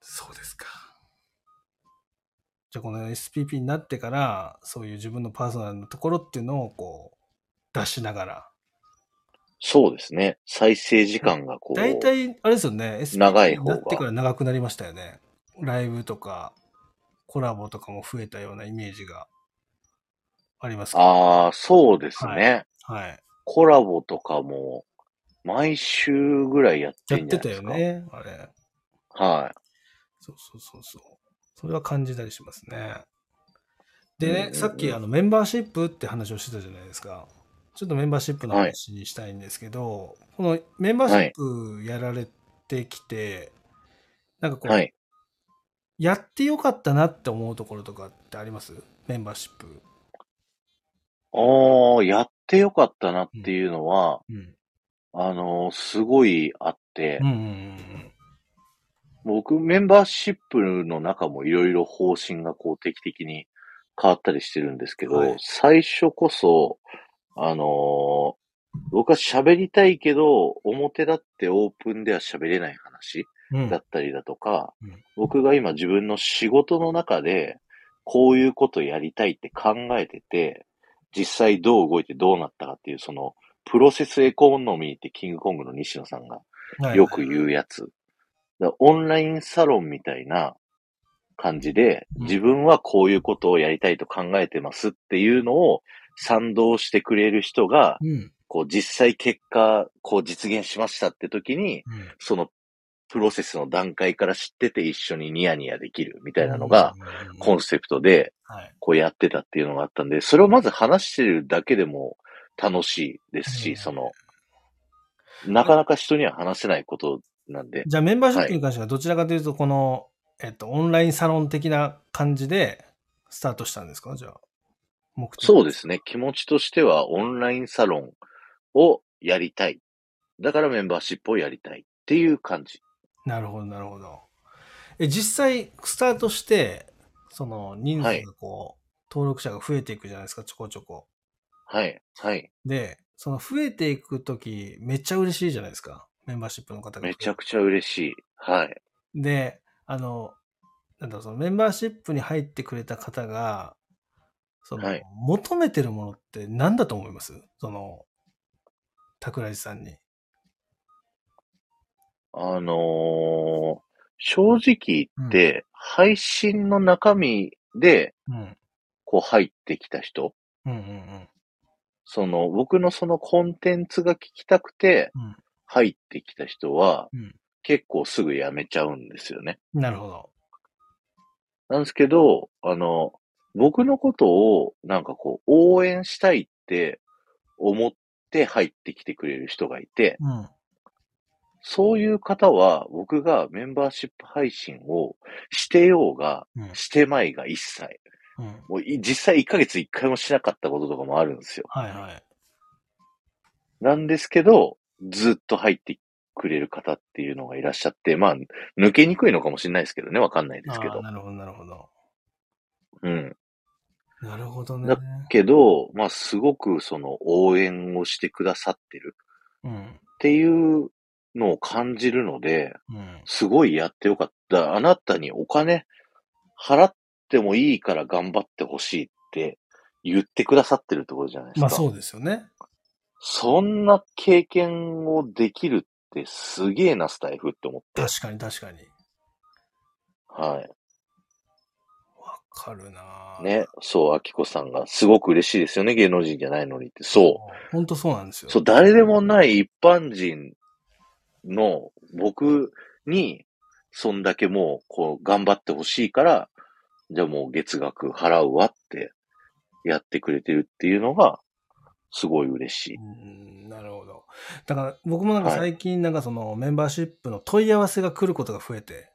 Speaker 2: そうですか。じゃあこの SPP になってから、そういう自分のパーソナルのところっていうのをこう、出しながら。
Speaker 3: そうですね。再生時間がこう、
Speaker 2: 大体、あれですよね、SPP
Speaker 3: 長い方が
Speaker 2: になってから長くなりましたよね。ライブとか、コラボとかも増えたようなイメージがありますけど
Speaker 3: ああ、そうですね、
Speaker 2: はい。
Speaker 3: コラボとかも、毎週ぐらいやって
Speaker 2: や
Speaker 3: ん
Speaker 2: っ
Speaker 3: じゃ
Speaker 2: て
Speaker 3: な
Speaker 2: たよ
Speaker 3: いですか。
Speaker 2: ね、あれ。
Speaker 3: は
Speaker 2: そうそうそうそう。それは感じたりしますね。でね、
Speaker 3: うんうんうん
Speaker 2: さっきあのメンバーシップって話をしてたじゃないですか。ちょっとメンバーシップの話にしたいんですけど、このメンバーシップやられてきて、なんかこ
Speaker 3: い。
Speaker 2: う、
Speaker 3: はい。
Speaker 2: やってよかったなって思うところとかってありますメンバーシップ。
Speaker 3: ああ、やってよかったなっていうのは、
Speaker 2: うん。
Speaker 3: あのーすごいあって、
Speaker 2: うんうんうん
Speaker 3: 僕、メンバーシップの中もいろいろ方針がこう定期的に変わったりしてるんですけど、
Speaker 2: はい
Speaker 3: 最初こそ、あのー僕は喋りたいけど、表だってオープンでは喋れない話
Speaker 2: うん。うん
Speaker 3: だったりだとか、
Speaker 2: うん
Speaker 3: 僕が今自分の仕事の中で、こういうことやりたいって考えてて、実際どう動いてどうなったかっていう、その、プロセスエコノミーってキングコングの西野さんが
Speaker 2: はい
Speaker 3: よく言うやつ。だからオンラインサロンみたいな感じで、
Speaker 2: うん
Speaker 3: 自分はこういうことをやりたいと考えてますっていうのを賛同してくれる人が、
Speaker 2: うん。うん。
Speaker 3: こう実際結果、こう実現しましたって時
Speaker 2: み
Speaker 3: に、そのプロセスの段階から知ってて一緒にニヤニヤできるみたいなのが、コンセプトで
Speaker 2: はい。
Speaker 3: こうやってたっていうのがあったんで、それをまず話してるだけでも楽しいです
Speaker 2: うん
Speaker 3: し、その、なかなか人には話せないことなんで、
Speaker 2: じゃあメンバーシップに関してはどちらかというと、この、えっと、オンラインサロン的な感じでスタートしたんですかじゃあ。目的
Speaker 3: そうで。すね。気持ちとしてはオンラインサロンをやりたい。だからメンバーシップをやりたいっていう感じ。
Speaker 2: なるほど、なるほど。え、実際、スタートして、その人数がこう、登録者が増えていくじゃないですか、ちょこちょこ。
Speaker 3: はい。はい。
Speaker 2: で、その増えていくとき、めっちゃ嬉しいじゃないですか。メンバーシップの方が。
Speaker 3: めちゃくちゃ嬉しい。はい。
Speaker 2: で、あの、なんだろう、そのメンバーシップに入ってくれた方が、その、
Speaker 3: はい
Speaker 2: 求めてるものって何だと思いますその、桜井さんに。
Speaker 3: あのー正直言って、配信の中身で、
Speaker 2: うん。
Speaker 3: こう入ってきた人、
Speaker 2: うんうんうん。
Speaker 3: その、僕のそのコンテンツが聞きたくて
Speaker 2: うん、
Speaker 3: 入ってきた人は
Speaker 2: うん、
Speaker 3: 結構すぐやめちゃうんですよね。
Speaker 2: なるほど。
Speaker 3: なんですけど、あの、僕のことを、なんかこう、応援したいって思って入ってきてくれる人がいて、
Speaker 2: うん。
Speaker 3: そういう方は、僕がメンバーシップ配信をしてようが、
Speaker 2: うん
Speaker 3: してまいが一切。
Speaker 2: うん。
Speaker 3: もうい実際1ヶ月1回もしなかったこととかもあるんですよ。
Speaker 2: はいはい。
Speaker 3: なんですけど、ずっと入ってくれる方っていうのがいらっしゃって、まあ、抜けにくいのかもしれないですけどね、わかんないで
Speaker 2: あ
Speaker 3: すけ
Speaker 2: ー
Speaker 3: ど。
Speaker 2: なるほど、なるほど。
Speaker 3: うん。
Speaker 2: なるほどね
Speaker 3: だ。けど、まあ、すごくその応援をしてくださってる
Speaker 2: うん。
Speaker 3: っていうのを感じるので、
Speaker 2: うん。
Speaker 3: すごいやってよかった。あなたにお金払ってもいいから頑張ってほしいって言ってくださってるってことじゃないですか。
Speaker 2: まあそうですよね。
Speaker 3: そんな経験をできるってすげえな、スタイフって思って。
Speaker 2: 確かに確かに。
Speaker 3: は
Speaker 2: わかるなぁ
Speaker 3: い。。ね。そう、アキコさんがすごく嬉しいですよね、芸能人じゃないのにって。そ
Speaker 2: 本当そうなんですよ。
Speaker 3: う。そう、誰でもない一般人の僕に、そんだけもう、こう、頑張ってほしいから、じゃあもう月額払うわって、やってくれてるっていうのが、すごい嬉しい。
Speaker 2: うんなるほど。だから僕もなんか最近なんかそのメンバーシップの問い合わせが来ることが増えて、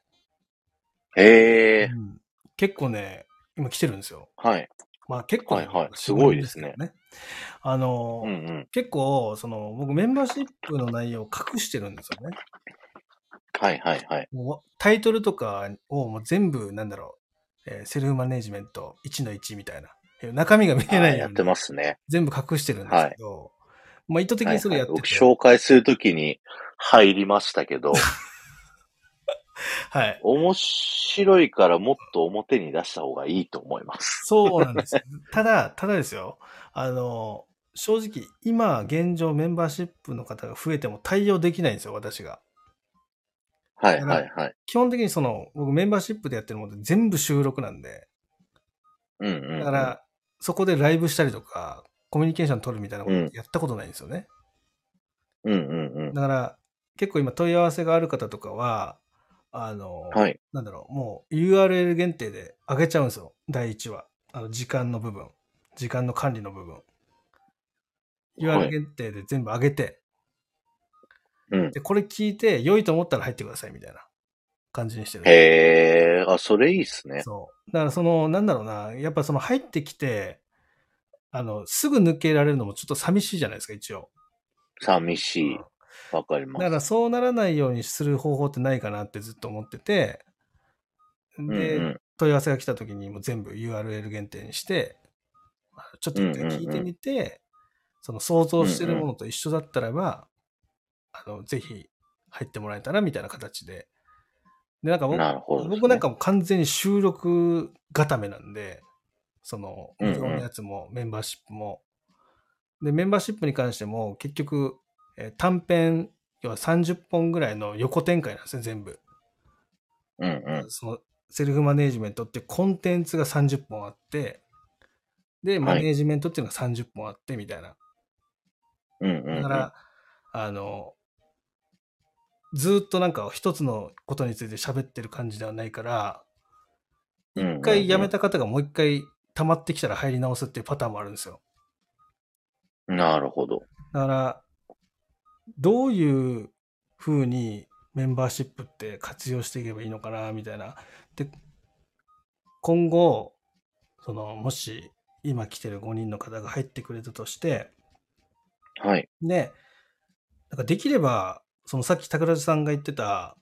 Speaker 3: へえ、
Speaker 2: うん結構ね、今来てるんですよ。
Speaker 3: はい。
Speaker 2: まあ結構、
Speaker 3: はいはいすごいです
Speaker 2: 絞る
Speaker 3: ね
Speaker 2: んけどね。あの、
Speaker 3: うんうん。
Speaker 2: 結構、その僕メンバーシップの内容を隠してるんですよね。
Speaker 3: はいはいはい。
Speaker 2: もうタイトルとかをもう全部なんだろう、えーセルフマネジメント1の1みたいな。えー中身が見えな
Speaker 3: はいい
Speaker 2: よ
Speaker 3: や
Speaker 2: う
Speaker 3: っ
Speaker 2: に
Speaker 3: てますね。
Speaker 2: 全部隠してるんですけど、まあ意図的にそれやってて、
Speaker 3: 僕紹介するときに入りましたけど、
Speaker 2: はい。
Speaker 3: 面白いからもっと表に出した方がいいと思います。
Speaker 2: そうなんですよ。ただ、ただですよ。あの、正直、今、現状メンバーシップの方が増えても対応できないんですよ、私が。
Speaker 3: はいはいはい。
Speaker 2: 基本的にその、僕メンバーシップでやってるものって全部収録なんで、
Speaker 3: うんうんうん、
Speaker 2: だから、そこでライブしたりとか、コミュニケーション取るみたいなことやったことないんですよね。
Speaker 3: うんうん
Speaker 2: だから、結構今問い合わせがある方とかは、あの、
Speaker 3: うん。はい。
Speaker 2: なんだろう、もう URL 限定で上げちゃうんですよ。第1話。あの、時間の部分。時間の管理の部分。
Speaker 3: は
Speaker 2: URL
Speaker 3: い
Speaker 2: 限定で全部上げて、
Speaker 3: うん。
Speaker 2: で、これ聞いて、良いと思ったら入ってください、みたいな感じにしてる。
Speaker 3: へー、あ、それいいっすね。
Speaker 2: そう。だから、その、なんだろうな、やっぱその入ってきて、あの、すぐ抜けられるのもちょっと寂しいじゃないですか、一応。
Speaker 3: 寂し
Speaker 2: う
Speaker 3: い
Speaker 2: ん。
Speaker 3: わかり
Speaker 2: だ
Speaker 3: ま
Speaker 2: から
Speaker 3: す。
Speaker 2: そうならないようにする方法ってないかなってずっと思ってて、
Speaker 3: うん
Speaker 2: で、
Speaker 3: うん。
Speaker 2: 問い合わせが来た時にもう全部 URL 限定にして、まあちょっと一回聞いてみて、その想像してるものと一緒だったらば、あの、ぜひ入ってもらえたらみたいな形で。で、なんか僕
Speaker 3: なるほどですね
Speaker 2: 僕なんかもう完全に収録固めなんで、その、
Speaker 3: うんうん
Speaker 2: 無料のやつもメンバーシップも。で、メンバーシップに関しても結局、えー短編、要は30本ぐらいの横展開なんですね、全部。
Speaker 3: うんうん。
Speaker 2: そのセルフマネージメントってコンテンツが30本あって、で、
Speaker 3: は
Speaker 2: マ
Speaker 3: い
Speaker 2: ネージメントっていうのが30本あってみたいな。
Speaker 3: うんうんう
Speaker 2: だ
Speaker 3: ん。
Speaker 2: から、あの、ずーっとなんか一つのことについて喋ってる感じではないから、
Speaker 3: うんうんうん
Speaker 2: 一回辞めた方がもう一回溜まってきたら入り直すっていうパターンもあるんですよ。
Speaker 3: なるほど。
Speaker 2: だから、どういう風にメンバーシップって活用していけばいいのかな、みたいな。で、今後、その、もし、今来てる5人の方が入ってくれたとして、
Speaker 3: はい。
Speaker 2: で、なんかできれば、そのさっき桜地さんが言ってた、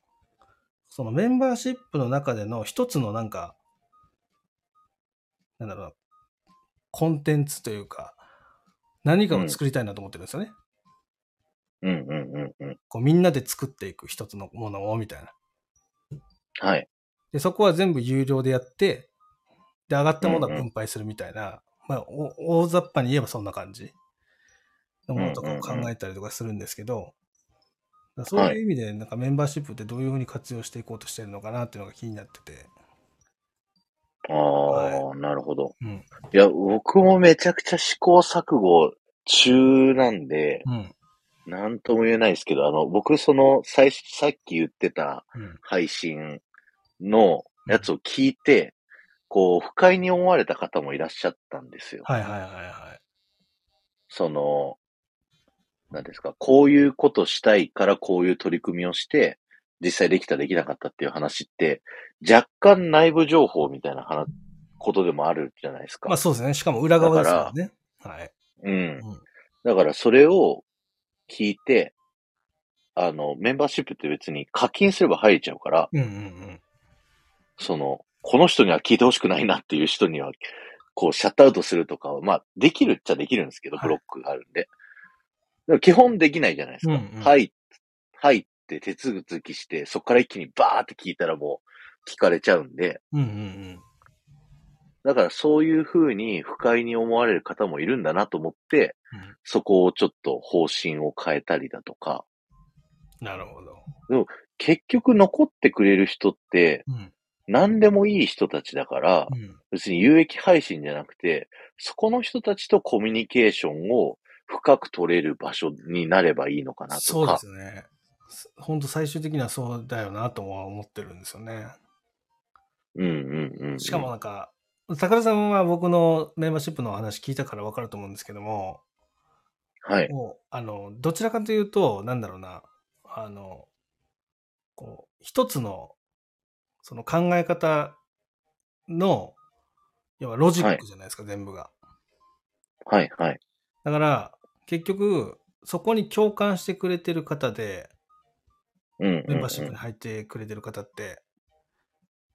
Speaker 2: そのメンバーシップの中での一つのなんか、なんだろうな、コンテンツというか、何かを作りたいなと思ってるんですよね。
Speaker 3: うんうんうんうん。
Speaker 2: こうみんなで作っていく一つのものをみたいな。
Speaker 3: はい。
Speaker 2: で、そこは全部有料でやって、で、上がったものは分配するみたいな、まあ、お大雑把に言えばそんな感じのものとかを考えたりとかするんですけど、だからそういう意味で、なんかメンバーシップってどういうふうに活用していこうとしてるのかなっていうのが気になってて。
Speaker 3: あー、
Speaker 2: は
Speaker 3: なるほど。
Speaker 2: うん。
Speaker 3: いや、僕もめちゃくちゃ試行錯誤中なんで、
Speaker 2: うん。
Speaker 3: なんとも言えないですけど、あの、僕、その、最初、さっき言ってた
Speaker 2: うん。
Speaker 3: 配信のやつを聞いて、こう、不快に思われた方もいらっしゃったんですよ。
Speaker 2: はいはいはいはい。
Speaker 3: その、なんですか、こういうことしたいからこういう取り組みをして、実際できたできなかったっていう話って、若干内部情報みたいな話、ことでもあるじゃないですか。
Speaker 2: まあそうですね。しかも裏側ですからね。はい。
Speaker 3: うん
Speaker 2: うん。
Speaker 3: だからそれを聞いて、あの、メンバーシップって別に課金すれば入れちゃうから、
Speaker 2: うんうん
Speaker 3: その、この人には聞いてほしくないなっていう人には、こう、シャットアウトするとかは、まあ、できるっちゃできるんですけど、
Speaker 2: はい
Speaker 3: ブロックがあるんで。でも基本できないじゃないですか。
Speaker 2: うんうん
Speaker 3: はい、はいって手続きして、そこから一気にバーって聞いたらもう聞かれちゃうんで、
Speaker 2: うん。うんうん
Speaker 3: だからそういうふうに不快に思われる方もいるんだなと思って、
Speaker 2: うん
Speaker 3: そこをちょっと方針を変えたりだとか、
Speaker 2: うん。なるほど。
Speaker 3: 結局残ってくれる人って
Speaker 2: うん。
Speaker 3: 何でもいい人たちだから、
Speaker 2: うん。
Speaker 3: 別に有益配信じゃなくて、そこの人たちとコミュニケーションを深く取れる場所になればいいのかな
Speaker 2: そ
Speaker 3: と
Speaker 2: うで
Speaker 3: か。
Speaker 2: すね。本当最終的にはそうだよなとは思ってるんですよね。
Speaker 3: うんうんうん。
Speaker 2: しかも、なんか、桜さんは僕のメンバーシップのお話聞いたから分かると思うんですけども、
Speaker 3: はい。
Speaker 2: もう、あの、どちらかというと、なんだろうな、あの、こう、一つの、その考え方の、要はロジックじゃないですか、全部が。
Speaker 3: はいはい。
Speaker 2: だから、結局、そこに共感してくれてる方で、
Speaker 3: うんうんうん。
Speaker 2: メンバーシップに入ってくれてる方って、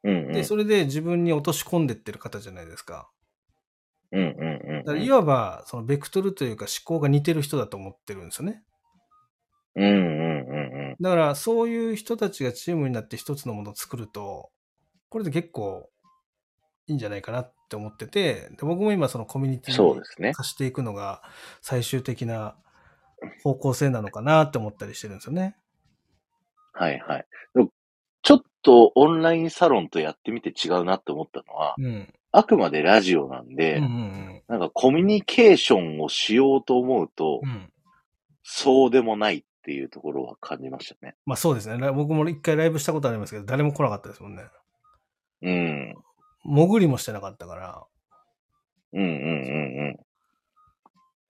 Speaker 3: うんうん。
Speaker 2: で、それで自分に落とし込んでってる方じゃないですか。
Speaker 3: うんうんうん。
Speaker 2: だからいわば、そのベクトルというか思考が似てる人だと思ってるんですよね。
Speaker 3: うんうんうん
Speaker 2: だから、そういう人たちがチームになって一つのものを作ると、これで結構いいんじゃないかなって思ってて、で僕も今そのコミュニ
Speaker 3: う
Speaker 2: テ
Speaker 3: ん。
Speaker 2: ィ
Speaker 3: そう
Speaker 2: に
Speaker 3: ですね。
Speaker 2: 化していくのが最終的な方向性なのかなって思ったりしてるんですよね。
Speaker 3: はいはい。でもちょっとオンラインサロンとやってみて違うなって思ったのは、
Speaker 2: うん。
Speaker 3: あくまでラジオなんで、
Speaker 2: うんうん
Speaker 3: なんかコミュニケーションをしようと思うと、
Speaker 2: うん。うん。
Speaker 3: そうでもないっていうところは感じましたね。
Speaker 2: まあそうですね。ラ僕も一回ライブしたことありますけど、誰も来なかったですもんね。
Speaker 3: うん。
Speaker 2: 潜りもしてなかったから、
Speaker 3: うんうんうんうん。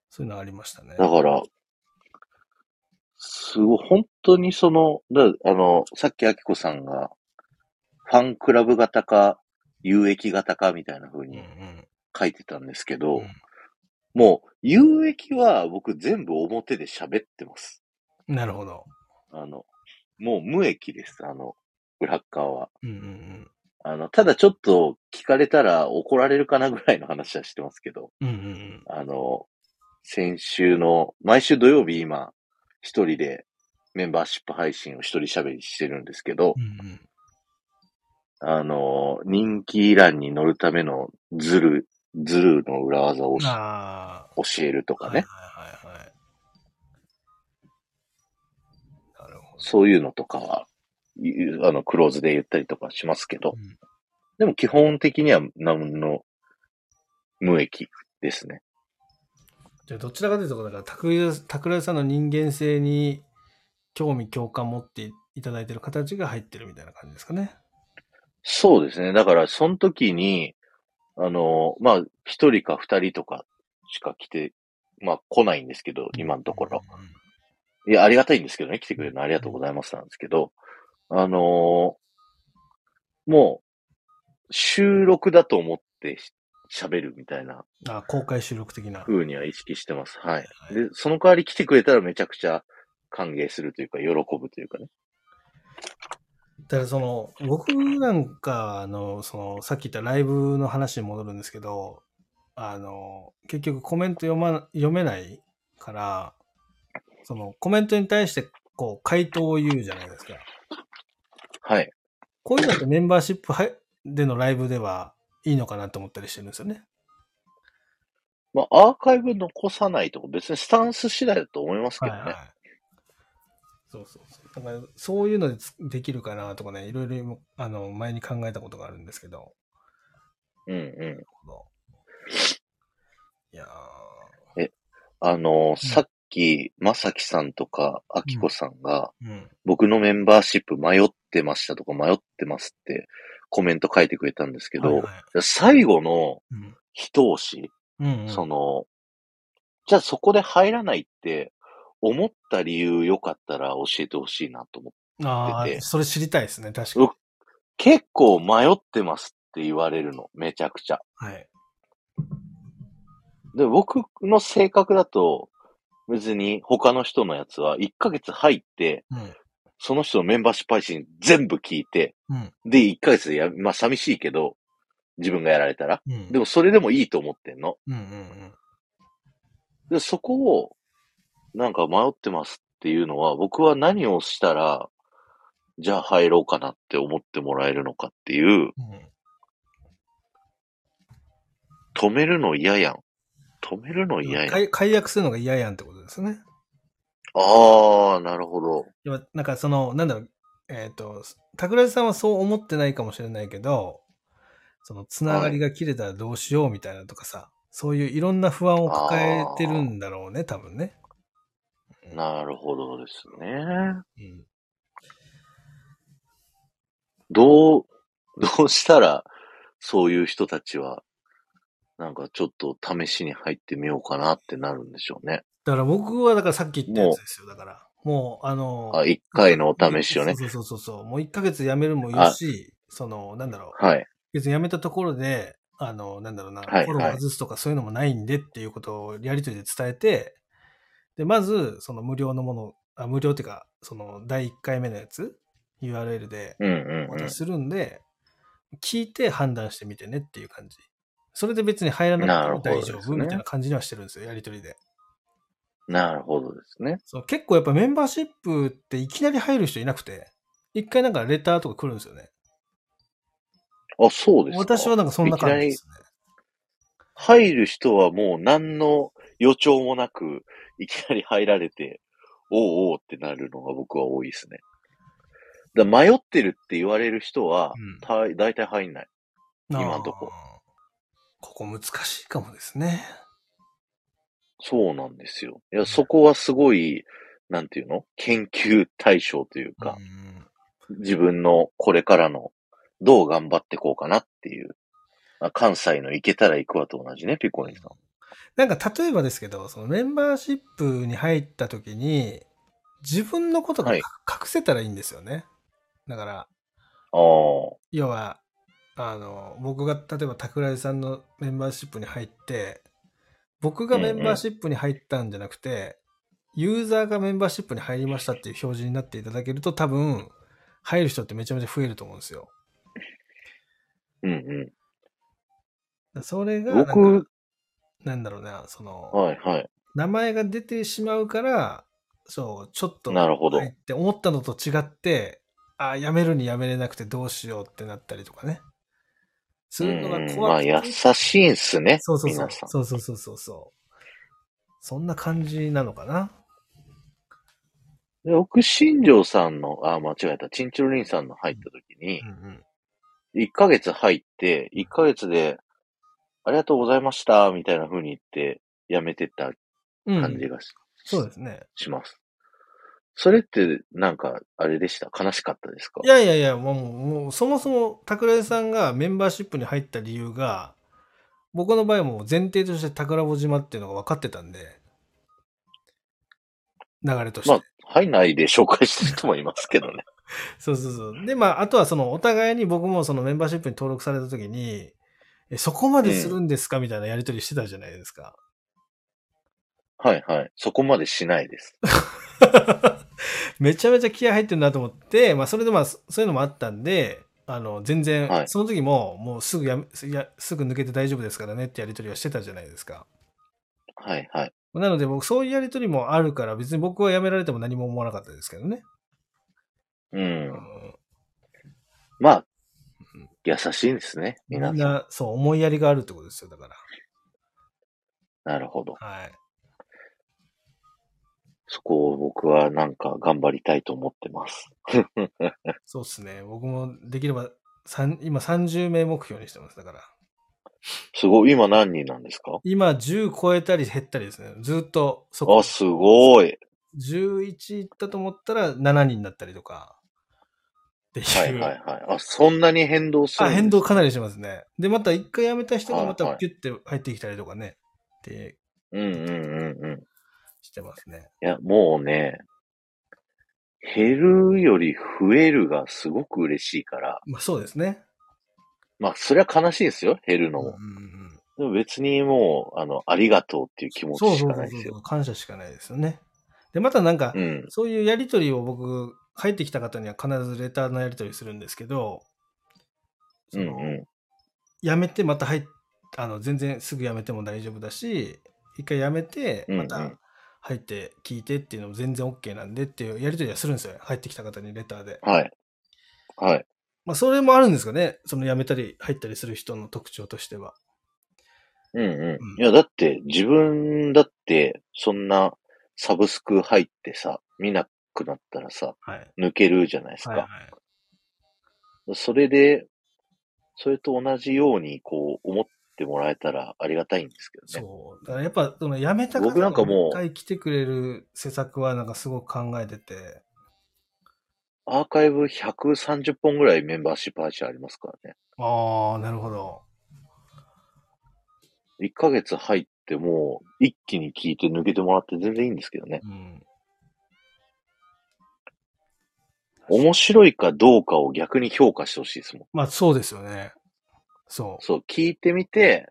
Speaker 2: そういうのありましたね。
Speaker 3: だから、すごい、本当にその、だあの、さっきあきこさんが、ファンクラブ型か、有益型かみたいな風
Speaker 2: うんう
Speaker 3: に
Speaker 2: ん。
Speaker 3: 書いてたんですけど、
Speaker 2: うん
Speaker 3: もう、有益は僕全部表で喋ってます。
Speaker 2: なるほど。
Speaker 3: あの、もう無益です、あの、ブラッカーは。
Speaker 2: うんうんうん。
Speaker 3: あの、ただちょっと聞かれたら怒られるかなぐらいの話はしてますけど、
Speaker 2: うんうんうん。
Speaker 3: あの、先週の、毎週土曜日今、一人でメンバーシップ配信を一人喋りしてるんですけど
Speaker 2: う、んうん
Speaker 3: あの、人気欄に乗るためのズル、ズルの裏技を教
Speaker 2: あ
Speaker 3: 教えると
Speaker 2: あ、
Speaker 3: かね、
Speaker 2: はいはいはいはい。なるほど。
Speaker 3: そういうのとかは、いうあの、クローズで言ったりとかしますけ
Speaker 2: う、
Speaker 3: ど
Speaker 2: ん
Speaker 3: でも基本的には何の無益ですね。
Speaker 2: じゃあどちらかというと、だから、拓郎拓郎さんの人間性に興味、共感持っていただいてる形が入ってるみたいな感じですかね。
Speaker 3: そうですね。だから、その時に、あの、まあ、一人か二人とかしか来て、まあ、来ないんですけど、今のところ。
Speaker 2: うんうん
Speaker 3: いや、ありがたいんですけどね、来てくれるのありがとうございますなんですけど、あのもう、収録だと思ってし喋るみたいな
Speaker 2: ああ公開収録的な。
Speaker 3: 風には意識してます。はい。
Speaker 2: はい
Speaker 3: で、その代わり来てくれたらめちゃくちゃ歓迎するというか、喜ぶというかね。
Speaker 2: だからその、僕なんか、あの、その、さっき言ったライブの話に戻るんですけど、あの、結局コメント読ま、読めないから、その、コメントに対して、こう、回答を言うじゃないですか。
Speaker 3: はい。
Speaker 2: こういうのってメンバーシップはでのライブではいいのかなと思ったりしてるんですよね。
Speaker 3: まあ、アーカイブ残さないとか、別にスタンス次第だと思いますけ
Speaker 2: はい
Speaker 3: どね。
Speaker 2: はい。そうそうそう。だから、そういうのでつできるかなとかね、いろいろ今、あの、前に考えたことがあるんですけど。
Speaker 3: うんうん。
Speaker 2: いやー
Speaker 3: あの、さっき、まさきさんとか、あきこさんが、
Speaker 2: うん。
Speaker 3: 僕のメンバーシップ迷ってましたとか迷ってますってコメント書いてくれたんですけど、
Speaker 2: はいはい
Speaker 3: 最後の
Speaker 2: うん
Speaker 3: 一押し、
Speaker 2: うんうん
Speaker 3: その、じゃあそこで入らないって、思った理由よかったら教えてほしいなと思って。
Speaker 2: あ
Speaker 3: 出
Speaker 2: あ、
Speaker 3: て
Speaker 2: それ知りたいですね、確かに
Speaker 3: う。結構迷ってますって言われるの、めちゃくちゃ。
Speaker 2: はい。
Speaker 3: で、僕の性格だと、別に他の人のやつは1ヶ月入って、
Speaker 2: うん
Speaker 3: その人のメンバーシップ配信全部聞いて、
Speaker 2: うん
Speaker 3: で、1ヶ月でや、まあ寂しいけど、自分がやられたら。
Speaker 2: うん。
Speaker 3: でもそれでもいいと思ってんの。
Speaker 2: うんうん
Speaker 3: で、そこを、なんか迷ってますっていうのは、僕は何をしたら、じゃあ入ろうかなって思ってもらえるのかっていう、
Speaker 2: うんうん。
Speaker 3: 止めるの嫌やん。止めるの嫌やん。
Speaker 2: 解解約するのが嫌やんってことですね。
Speaker 3: ああ、なるほど。
Speaker 2: でもなんかその、なんだろう、えっ、と、桜井さんはそう思ってないかもしれないけど、その、つながりが切れたらどうしようみたいなとかさ、そういういろんな不安を抱えてるんだろうね、多分ね。
Speaker 3: なるほどですね。
Speaker 2: うん。
Speaker 3: どう、どうしたら、そういう人たちは、なんかちょっと試しに入ってみようかなってなるんでしょうね。
Speaker 2: だから僕は、だからさっき言ったやつですよ。だから、もう、あの、
Speaker 3: あ、一回のお試しをね。
Speaker 2: そうそうそうそう。もう1ヶ月辞めるもいいし、その、なんだろう。
Speaker 3: はい。
Speaker 2: 別に辞めたところで、あの、なんだろうな、
Speaker 3: はい
Speaker 2: フォロー外すとかそういうのもないんでっていうことをやりとりで伝えて、で、まず、その無料のもの、あ無料っていうか、その第1回目のやつ、URL で
Speaker 3: うん
Speaker 2: お
Speaker 3: うん
Speaker 2: 渡し
Speaker 3: う
Speaker 2: するんで、聞いて判断してみてねっていう感じ。それで別に入らなくても大
Speaker 3: なる
Speaker 2: 丈
Speaker 3: ほどです
Speaker 2: 夫
Speaker 3: ね
Speaker 2: みたいな感じにはしてるんですよ、やりとりで。
Speaker 3: ん。なるほどですね。
Speaker 2: そう結構やっぱメンバーシップっていきなり入る人いなくて、一回なんかレターとか来るんですよね。
Speaker 3: あ、そうですか。
Speaker 2: 私はなんかそんな感じですね。
Speaker 3: 入る人はもう何の予兆もなく、いきなり入られて、おうおうってなるのが僕は多いですね。だ迷ってるって言われる人は、
Speaker 2: うん
Speaker 3: た大体入んない。今んとこ
Speaker 2: あー。ここ難しいかもですね。
Speaker 3: そうなんですよ。いや、そこはすごい、なんていうの研究対象というか
Speaker 2: う、ん
Speaker 3: 自分のこれからの、どう頑張ってこうかなっていう。あ関西の行けたら行くわと同じね、ピコリンさん。
Speaker 2: なんか例えばですけど、そのメンバーシップに入った時に、自分のことがか
Speaker 3: はい
Speaker 2: 隠せたらいいんですよね。だから、
Speaker 3: ああ、
Speaker 2: 要は、あの、僕が例えば桜井さんのメンバーシップに入って、僕がメンバーシップに入ったんじゃなくて、ユーザーがメンバーシップに入りましたっていう表示になっていただけると多分、入る人ってめちゃめちゃ増えると思うんですよ。
Speaker 3: うんう
Speaker 2: それが
Speaker 3: ん。
Speaker 2: なんか、
Speaker 3: 僕、
Speaker 2: なんだろうな、その、
Speaker 3: はいはい。
Speaker 2: 名前が出てしまうから、そう、ちょっと、
Speaker 3: なるほど
Speaker 2: はいって思ったのと違って、ああ、やめるにやめれなくてどうしようってなったりとかね。するのが
Speaker 3: うんま
Speaker 2: 怖
Speaker 3: あ、
Speaker 2: く
Speaker 3: 優
Speaker 2: て。
Speaker 3: しいんすね。
Speaker 2: そうそうそう
Speaker 3: 皆。さん。
Speaker 2: そうそうそうそうそう。そんな感じなのかな。
Speaker 3: で僕、新庄さんの、あ、間違えた。チンチロリンさんの入った時に
Speaker 2: うん、うん。
Speaker 3: 1ヶ月入って、1ヶ月で、ありがとうございました、みたいな風に言って、辞めてった
Speaker 2: うん、
Speaker 3: 感じがし,、
Speaker 2: そうですね。
Speaker 3: ます。それって、なんか、あれでした悲しかったですか
Speaker 2: いやいやいや、もう、もうそもそも、桜井さんがメンバーシップに入った理由が、僕の場合はもう前提として宝穂島っていうのが分かってたんで、流れとして。
Speaker 3: まあ、入んないで紹介してる人もいますけど ね。
Speaker 2: そうそうそう。で、まあ、あとはその、お互いに僕もそのメンバーシップに登録された時に、え、そこまでするんですかみたいなやりとりしてたじゃないですか。
Speaker 3: はいはい。そこまでしないです。
Speaker 2: めちゃめちゃ気合入ってるなと思って、まあ、それでまあ、そそういうのもあったんで、あの、全然、
Speaker 3: はい
Speaker 2: その時も、もうすぐやめ、すやすぐ抜けて大丈夫ですからねってやりとりはしてたじゃないですか。
Speaker 3: はいはい。
Speaker 2: なので僕、そういうやりとりもあるから、別に僕は辞められても何も思わなかったですけどね。
Speaker 3: う。
Speaker 2: うんん
Speaker 3: まあ、優しいんですね。
Speaker 2: み
Speaker 3: 皆さ
Speaker 2: ん
Speaker 3: ん。
Speaker 2: な、そう、思いやりがあるってことですよ、だから。
Speaker 3: なるほど。
Speaker 2: はい。
Speaker 3: そこを僕はなんか頑張りたいと思ってます。
Speaker 2: そうですね。僕もできれば、三今30名目標にしてます。だから。
Speaker 3: すごい、今何人なんですか
Speaker 2: 今10超えたり減ったりですね。ずっとそこ
Speaker 3: あ、。すごい。
Speaker 2: 11いったと思ったら7人になったりとか。ていう。
Speaker 3: はいはいはい。あ、そんなに変動する
Speaker 2: あ
Speaker 3: んです
Speaker 2: 変動かなりしますね。で、また一回辞めた人がま
Speaker 3: はい
Speaker 2: た
Speaker 3: はい
Speaker 2: ピュッて入ってきたりとかね、って
Speaker 3: うんうんうんうん。い
Speaker 2: してますね。
Speaker 3: や、もうね、減るより増えるがすごく嬉しいから、
Speaker 2: まあそうですね。
Speaker 3: まあ、それは悲しいですよ、減る
Speaker 2: う
Speaker 3: の
Speaker 2: んうん
Speaker 3: も。でも別にもう、あの、ありがとうっていう気
Speaker 2: うん
Speaker 3: 持
Speaker 2: そうそ
Speaker 3: ちし
Speaker 2: う
Speaker 3: か
Speaker 2: そ
Speaker 3: な
Speaker 2: う
Speaker 3: いです
Speaker 2: そ
Speaker 3: よ。
Speaker 2: う。感謝しかないですよね。で、またなんか、
Speaker 3: うん。
Speaker 2: そういうやりとりを僕、入ってきた方には必ずレターのやりとりするんですけど、
Speaker 3: うんうん。
Speaker 2: 辞めてまた入っあの全然すぐ辞めても大丈夫だし一回辞めて
Speaker 3: うんう
Speaker 2: ま
Speaker 3: ん
Speaker 2: た入って聞いてっていうのも全然 OK なんでっていうやり取りはするんですよ入ってきた方にレターで、
Speaker 3: はい。はい。
Speaker 2: まあ、それもあるんですかねその辞めたり入ったりする人の特徴としては
Speaker 3: うんう
Speaker 2: うん
Speaker 3: ん。いや、だって、自分だって、そんなサブスク入ってさ、見なくなったらさ、
Speaker 2: はい
Speaker 3: 抜けるじゃないですか。
Speaker 2: はいはい
Speaker 3: それで、それと同じように、こう、思ってもらえたらありがたいんですけどね。
Speaker 2: そうだからやっぱその辞めた方
Speaker 3: 僕なんかもう
Speaker 2: 一回来てくれる施策はなんかすごく考えてて
Speaker 3: アーカイブ130本ぐらいメンバーシップ配信ありますからね。
Speaker 2: ああなるほど
Speaker 3: 1ヶ月入っても、一気に聞いて抜けてもらって全然いいんですけどね。
Speaker 2: うん
Speaker 3: 面白いかどうかを逆に評価してほしいですもん。
Speaker 2: まあそうですよねそう
Speaker 3: そう、聞いてみて、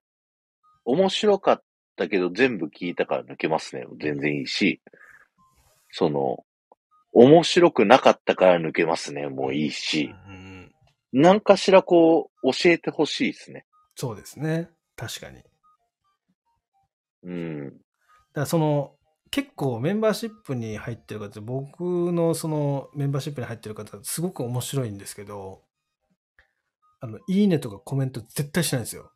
Speaker 3: 面白かったけど全部聞いたから抜けますね。全然いいし、その、面白くなかったから抜けますね。もういいし、
Speaker 2: うんうんうん
Speaker 3: なんかしらこう、教えてほしいですね。
Speaker 2: そうですね確かに
Speaker 3: うん。
Speaker 2: だからその結構メンバーシップに入ってる方僕のそのメンバーシップに入ってる方すごく面白いんですけどあのいいねとかコメント絶対しないんですよ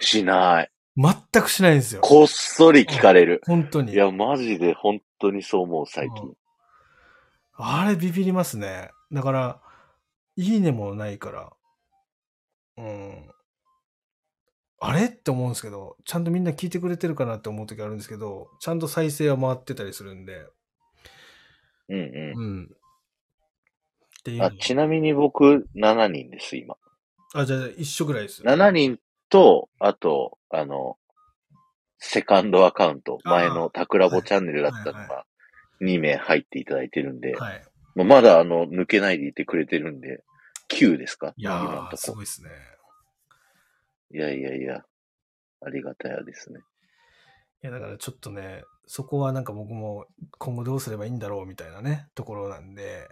Speaker 3: しない。
Speaker 2: 全くしないんですよ
Speaker 3: こっそり聞かれる。
Speaker 2: 本当に
Speaker 3: いや、マジで本当にそう思う、最
Speaker 2: う
Speaker 3: 近
Speaker 2: ん。あれビビりますねだからいいねもないからうんあれって思うんですけどちゃんとみんな聞いてくれてるかなって思う時あるんですけどちゃんと再生は回ってたりするんで
Speaker 3: うんう。
Speaker 2: うんっていうんの
Speaker 3: あ
Speaker 2: が
Speaker 3: ちなみに僕、7人です、今。
Speaker 2: あ、じゃあ一緒ぐらいです。
Speaker 3: 7人と、あと、あの、セカンドアカウント、
Speaker 2: あー
Speaker 3: 前のタクラボチャンネルだっ
Speaker 2: は
Speaker 3: たの
Speaker 2: いは
Speaker 3: が、2名入っていただいてるんで、
Speaker 2: はい。
Speaker 3: まあまだあの、抜けないでいてくれてるんで、9ですか
Speaker 2: いや
Speaker 3: 今の
Speaker 2: ー、
Speaker 3: と
Speaker 2: す
Speaker 3: こ。
Speaker 2: ごいですね。
Speaker 3: いやいやいや、ありがたやですね。
Speaker 2: いや、だからちょっとね、そこはなんか僕も今後どうすればいいんだろうみたいなね、ところなんで、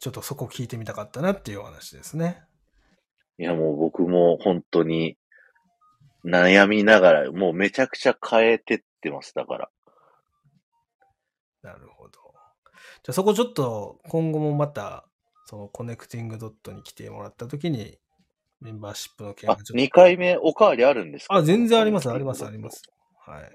Speaker 2: ちょっとそこ聞いてみたかったなっていうお話ですね。
Speaker 3: いやもう僕も本当に、悩みながら、もうめちゃくちゃ変えてってます、だから。
Speaker 2: なるほど。じゃあそこちょっと今後もまた、そのコネクティングドットに来てもらったときに、メンバーシップの件
Speaker 3: あ
Speaker 2: はちょっ、と
Speaker 3: 2回目おかわりあるんですか
Speaker 2: あ、全然あります、あります、ありま。す。はい。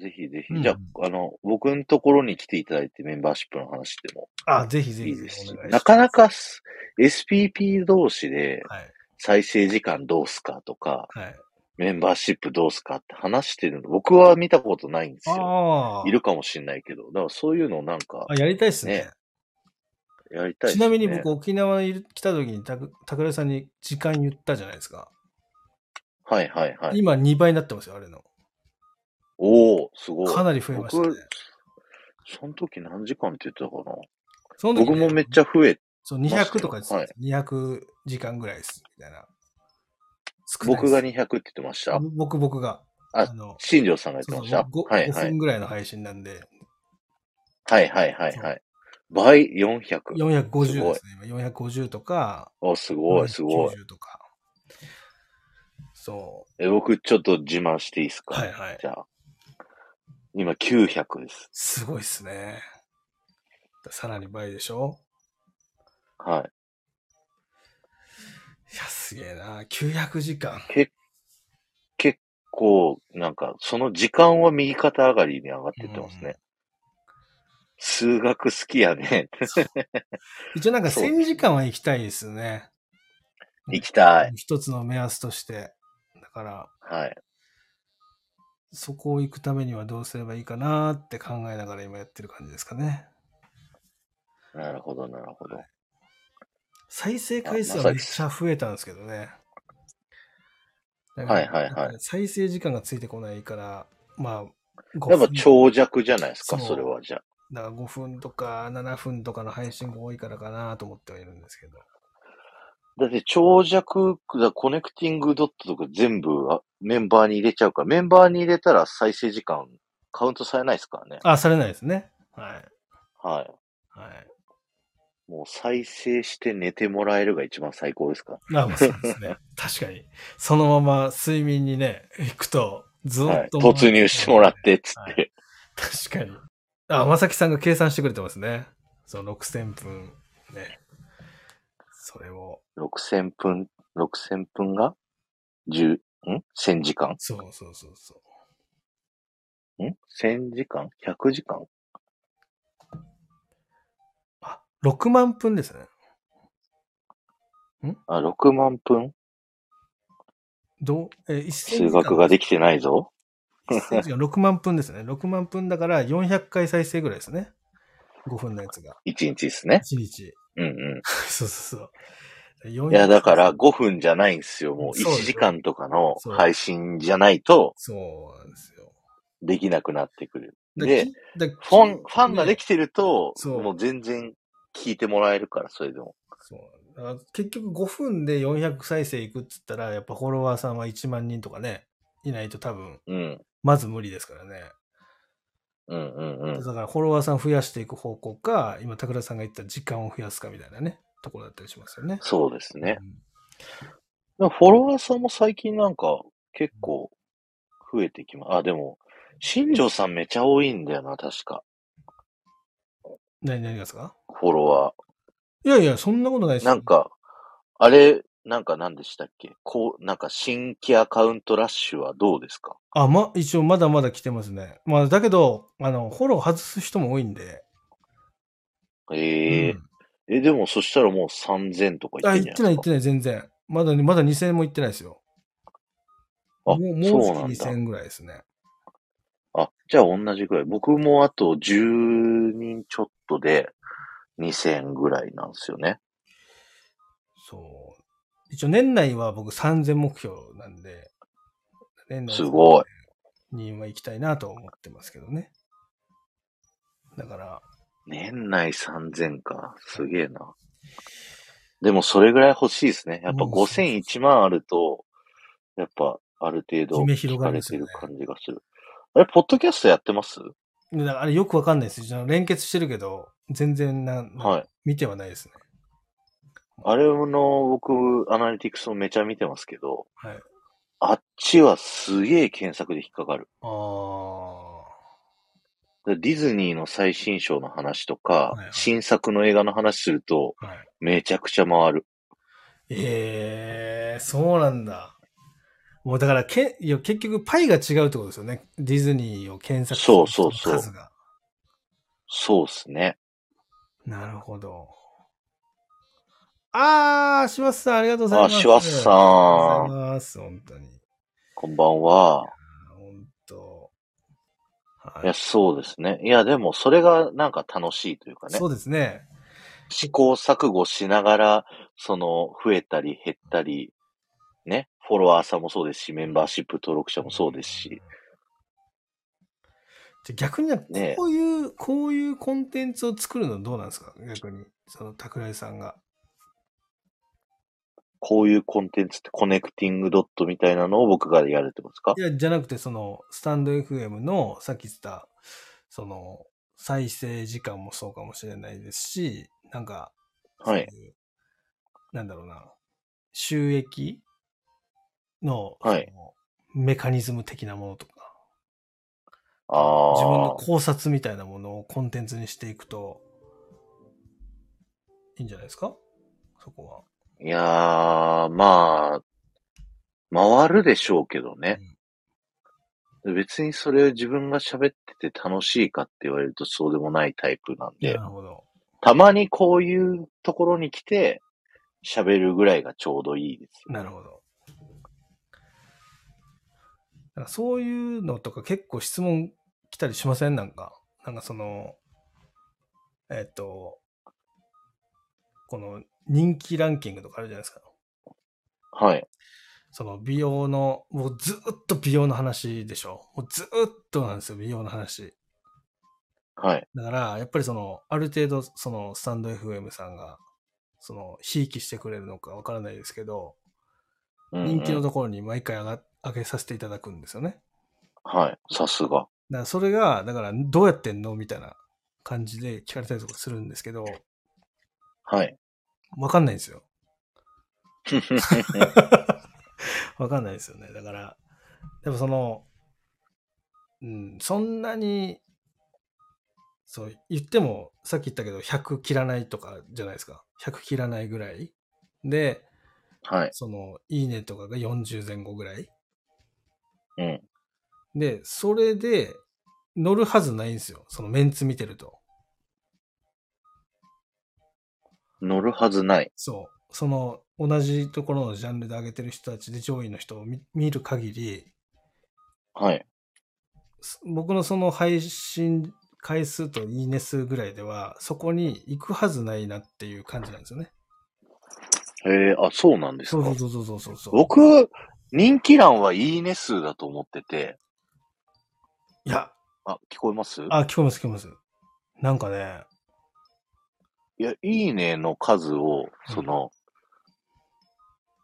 Speaker 3: ぜひぜ
Speaker 2: うん
Speaker 3: ひ。じゃあ、あの、僕のところに来ていただいてメンバーシップの話でも
Speaker 2: あ、ぜひぜ
Speaker 3: い
Speaker 2: ひ
Speaker 3: い
Speaker 2: ぜ
Speaker 3: です
Speaker 2: ひ
Speaker 3: し、
Speaker 2: お願いします。
Speaker 3: なかなかす SPP 同士で
Speaker 2: はい。
Speaker 3: 再生時間どうすかとか、
Speaker 2: はい。
Speaker 3: メンバーシップどうすかって話してるの、僕は見たことないんですよ。
Speaker 2: ああ。
Speaker 3: いるかもしれないけど、だからそういうのなんか
Speaker 2: あ、やりたいですね
Speaker 3: ねやりたいです
Speaker 2: ち
Speaker 3: ね
Speaker 2: なみに僕、沖縄にいる来た時にたく桜井さんに時間言ったじゃないですか、
Speaker 3: はいはいはい。
Speaker 2: 今2倍になってますよあれの
Speaker 3: おおすごい。
Speaker 2: かなり増えましたね
Speaker 3: 僕、その時何時間って言ってたかな
Speaker 2: その時、
Speaker 3: 僕
Speaker 2: ね、
Speaker 3: もめっちゃ増え、
Speaker 2: そう200とかです、
Speaker 3: はい
Speaker 2: 200時間ぐらいですみたいな少ないです
Speaker 3: 僕が200って言ってました。
Speaker 2: 僕僕が
Speaker 3: あ
Speaker 2: の
Speaker 3: 新庄さんが言って
Speaker 2: そう
Speaker 3: まし
Speaker 2: そう
Speaker 3: た。
Speaker 2: ご
Speaker 3: はいは
Speaker 2: 5
Speaker 3: い
Speaker 2: 分。ぐらいの配信なんで、
Speaker 3: はいはいはいはい。倍400。
Speaker 2: 450
Speaker 3: すご
Speaker 2: で
Speaker 3: い
Speaker 2: すね今450とか
Speaker 3: あ、すごいすごい。
Speaker 2: 90とかそ
Speaker 3: え、僕ちょっと自慢していいです
Speaker 2: う
Speaker 3: か
Speaker 2: はいはい
Speaker 3: じゃあ。今900です。
Speaker 2: すごいっすねさらに倍でしょ
Speaker 3: はい
Speaker 2: やすげえな900時間
Speaker 3: い。け、結構、なんか、その時間は右肩上がりに上がってってます
Speaker 2: う
Speaker 3: ね。
Speaker 2: ん
Speaker 3: 数学好きやね。
Speaker 2: 一応なんか
Speaker 3: そう
Speaker 2: 1000時間は行きたいですね。
Speaker 3: 行きたい。
Speaker 2: 一つの目安として。だから、
Speaker 3: はい。
Speaker 2: そこを行くためにはどうすればいいかなって考えながら今やってる感じですかね。
Speaker 3: なるほど、なるほど。
Speaker 2: 再生回数はめっちゃ増えたんですけどね。だから
Speaker 3: はいはいはい
Speaker 2: なんか再生時間がついてこないから、まあ、5
Speaker 3: やっぱ長尺じゃないですか、
Speaker 2: そう
Speaker 3: それはじゃあ。
Speaker 2: だから5分とか7分とかの配信が多いからかなと思ってはいるんですけど。
Speaker 3: だって長尺、だコネクティングドットとか全部あメンバーに入れちゃうから、メンバーに入れたら再生時間カウントされないですからね。
Speaker 2: あ、されないですね。はい。
Speaker 3: は
Speaker 2: はい。
Speaker 3: い。もう再生して寝てもらえるが一番最高ですから。
Speaker 2: まあ、まあそうです ね。確かに。そのまま睡眠にね、行くと、ず
Speaker 3: は
Speaker 2: っ
Speaker 3: い、
Speaker 2: と、
Speaker 3: 突入してもらっ。て、つって。
Speaker 2: はい確かに。あ、まさきさんが計算してくれてますね。その6000分。ね。それを、
Speaker 3: 6000分、6000分が ?10、ん ?1000 時間
Speaker 2: そうそうそうそう。
Speaker 3: ん ?1000 時間 ?100 時間
Speaker 2: あ、6万分ですね。
Speaker 3: あ、6万分
Speaker 2: どう、えー、1000
Speaker 3: 数学ができてないぞ。
Speaker 2: 1000時間6万分ですね。6万分だから400回再生ぐらいですね。5分のやつが。
Speaker 3: 1日ですね。
Speaker 2: 1日。
Speaker 3: うんうん。
Speaker 2: そうそうそう。400
Speaker 3: いや、だから5分じゃないんですよ。もう
Speaker 2: そうです
Speaker 3: 1時間とかの
Speaker 2: そう
Speaker 3: 配信じゃないと
Speaker 2: そうなんですよ。
Speaker 3: できなくなってくる。
Speaker 2: だ
Speaker 3: で、
Speaker 2: だ
Speaker 3: ファン、ファンができてると、
Speaker 2: そう
Speaker 3: もう全然聞いてもらえるから、それでも。
Speaker 2: そうだから結局5分で400再生いくっつったら、やっぱフォロワーさんは1万人とかね、いないと多分、
Speaker 3: うん。
Speaker 2: まず無理ですからね。
Speaker 3: うんうんう
Speaker 2: だ
Speaker 3: ん。
Speaker 2: からフォロワーさん増やしていく方向か、今、桜さんが言った時間を増やすかみたいなね、ところだったりしますよね。
Speaker 3: そうですね。
Speaker 2: うん
Speaker 3: フォロワーさんも最近なんか結構増えてきま、あ、でも、新庄さんめちゃ多いんだよな、確か。
Speaker 2: 何、何がですか
Speaker 3: フォロワ
Speaker 2: いやいや、そんなことないで
Speaker 3: ー。
Speaker 2: すよ
Speaker 3: なん、か、あれ、なんか何でしたっけこう、なんか新規アカウントラッシュはどうですか
Speaker 2: あ、ま、一応まだまだ来てますね。まあ、だけど、あの、フォロー外す人も多いんで。
Speaker 3: ええ
Speaker 2: うん
Speaker 3: え、でもそしたらもう3000とか言
Speaker 2: あ、
Speaker 3: って
Speaker 2: 行
Speaker 3: んじ
Speaker 2: っ
Speaker 3: ゃ
Speaker 2: て
Speaker 3: な
Speaker 2: ないい行
Speaker 3: です
Speaker 2: って
Speaker 3: か
Speaker 2: ない、全然。まだ、まだ2000も行ってないですよ。も
Speaker 3: あ
Speaker 2: う、も
Speaker 3: そうなん
Speaker 2: う
Speaker 3: だ。
Speaker 2: 2000ぐらいですね。
Speaker 3: あ、じゃあ同じぐらい。僕もあと10人ちょっとで2000ぐらいなんですよね。
Speaker 2: そう。一応年内は僕3000目標なんで、年内
Speaker 3: すごい。
Speaker 2: には行きたいなと思ってますけどね。だから、
Speaker 3: 年内3000か。すげえな。でもそれぐらい欲しいですね。やっぱ
Speaker 2: うんそうそう
Speaker 3: 5000、1万あると、やっぱある程度
Speaker 2: 夢広
Speaker 3: 聞
Speaker 2: が
Speaker 3: か
Speaker 2: るん
Speaker 3: れ
Speaker 2: です
Speaker 3: て
Speaker 2: よね
Speaker 3: る感じがする。あれ、ポッドキャストやってます
Speaker 2: だからあれよくわかんないです。その連結してるけど、全然な、な
Speaker 3: はい。
Speaker 2: 見てはないですね。
Speaker 3: あれの僕、アナリティクスをめちゃ見てますけど、
Speaker 2: はい。
Speaker 3: あっちはすげえ検索で引っかかる。
Speaker 2: ああ。
Speaker 3: でディズニーの最新章の話とか、
Speaker 2: いはい
Speaker 3: 新作の映画の話すると、
Speaker 2: はい。
Speaker 3: めちゃくちゃ回る。
Speaker 2: ええそうなんだ。もうだからけいや、結局パイが違うってことですよね。ディズニーを検索
Speaker 3: そうそうそう
Speaker 2: 数が。
Speaker 3: そうですね。
Speaker 2: なるほど。あー、しわすさん、ありがとうござい
Speaker 3: あ、
Speaker 2: ます。
Speaker 3: シュワスさ
Speaker 2: ん。ありがと
Speaker 3: ん
Speaker 2: う、ございます、本当に。
Speaker 3: こんばんは。
Speaker 2: 本当。
Speaker 3: い
Speaker 2: は
Speaker 3: や、そうですね。いや、でも、それがなんか楽しいというか
Speaker 2: い。
Speaker 3: ね
Speaker 2: そ。うですね。
Speaker 3: 試行錯誤しながら、その、増えたり減ったり、ね。フォロワーさんもそうですし、メンバーシップ登録者もそうですし。
Speaker 2: じゃあ逆にね
Speaker 3: ねえ
Speaker 2: こういう、こういうコンテンツを作るのどうなんですか逆に。その、桜井さんが。
Speaker 3: こういうコンテンツってコネクティングドットみたいなのを僕がやるってことですか
Speaker 2: いや、じゃなくて、その、スタンド FM の、さっき言った、その、再生時間もそうかもしれないですし、なんか、
Speaker 3: はい。
Speaker 2: そういう。なんだろうな、収益の、
Speaker 3: はい
Speaker 2: そのメカニズム的なものとか、
Speaker 3: あ
Speaker 2: 自分の
Speaker 3: あ。
Speaker 2: 考察みたいなものをコンテンツにしていくと、いいんじゃないですかそこは。
Speaker 3: いやー、まあ、回るでしょうけどね。別にそれを自分が喋ってて楽しいかって言われるとそうでもないタイプなん
Speaker 2: な
Speaker 3: で
Speaker 2: る。ほど。
Speaker 3: たまにこういうところに来て、喋るぐらいがちょうどいいですよ。
Speaker 2: なるほど。なんかそういうのとか結構質問来たりしませんなんか。なんかその、えっ、と、この人気ランキングとかあるじゃないですか。
Speaker 3: はい。
Speaker 2: その美容の、もうずっと美容の話でしょ。もうずっとなんですよ、美容の話。
Speaker 3: はい。
Speaker 2: だから、やっぱりその、ある程度、その、スタンド FM さんが、その、ひいきしてくれるのかわからないですけど、
Speaker 3: うんうん
Speaker 2: 人気のところに毎回上が上げさせていただくんですよね。
Speaker 3: はい。さすが。
Speaker 2: だから、それが、だから、どうやってんのみたいな感じで聞かれたりとかするんですけど、
Speaker 3: はい。
Speaker 2: わかんないんですよ。わかんないですよね。だから、でもその、うん、そんなに、そう、言っても、さっき言ったけど、100切らないとかじゃないですか。100切らないぐらい。で、
Speaker 3: はい。
Speaker 2: その、いいねとかが40前後ぐらい。
Speaker 3: うん。
Speaker 2: で、それで、乗るはずないんですよ。そのメンツ見てると。
Speaker 3: 乗るはずない。
Speaker 2: そう。その、同じところのジャンルで上げてる人たちで上位の人を見見る限り、
Speaker 3: はい。
Speaker 2: す僕のその配信回数といいね数ぐらいでは、そこに行くはずないなっていう感じなんですよね。
Speaker 3: えー、あ、そうなんです
Speaker 2: そう
Speaker 3: か。
Speaker 2: そうそうそうそうそう。
Speaker 3: 僕、人気欄はいいね数だと思ってて、
Speaker 2: いや、
Speaker 3: あ、聞こえます
Speaker 2: あ、聞こえます聞こえます。なんかね、
Speaker 3: いや、いいねの数を、その、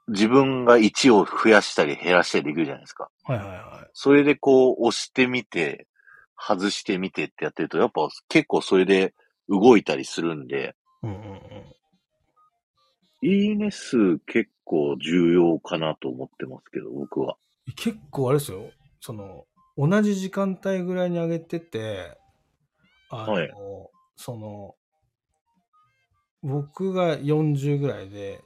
Speaker 3: 自分が1を増やしたり減らしたりできるじゃないですか。
Speaker 2: はいはいは
Speaker 3: それでこう、押してみて、外してみてってやってると、やっぱ結構それで動いたりするんで、
Speaker 2: い。うんうんうん。
Speaker 3: いいね数結構重要かなと思ってますけど、僕は。
Speaker 2: 結構あれですよ、その、同じ時間帯ぐらいに上げてて、あの、
Speaker 3: はい
Speaker 2: その、僕が40ぐらいで、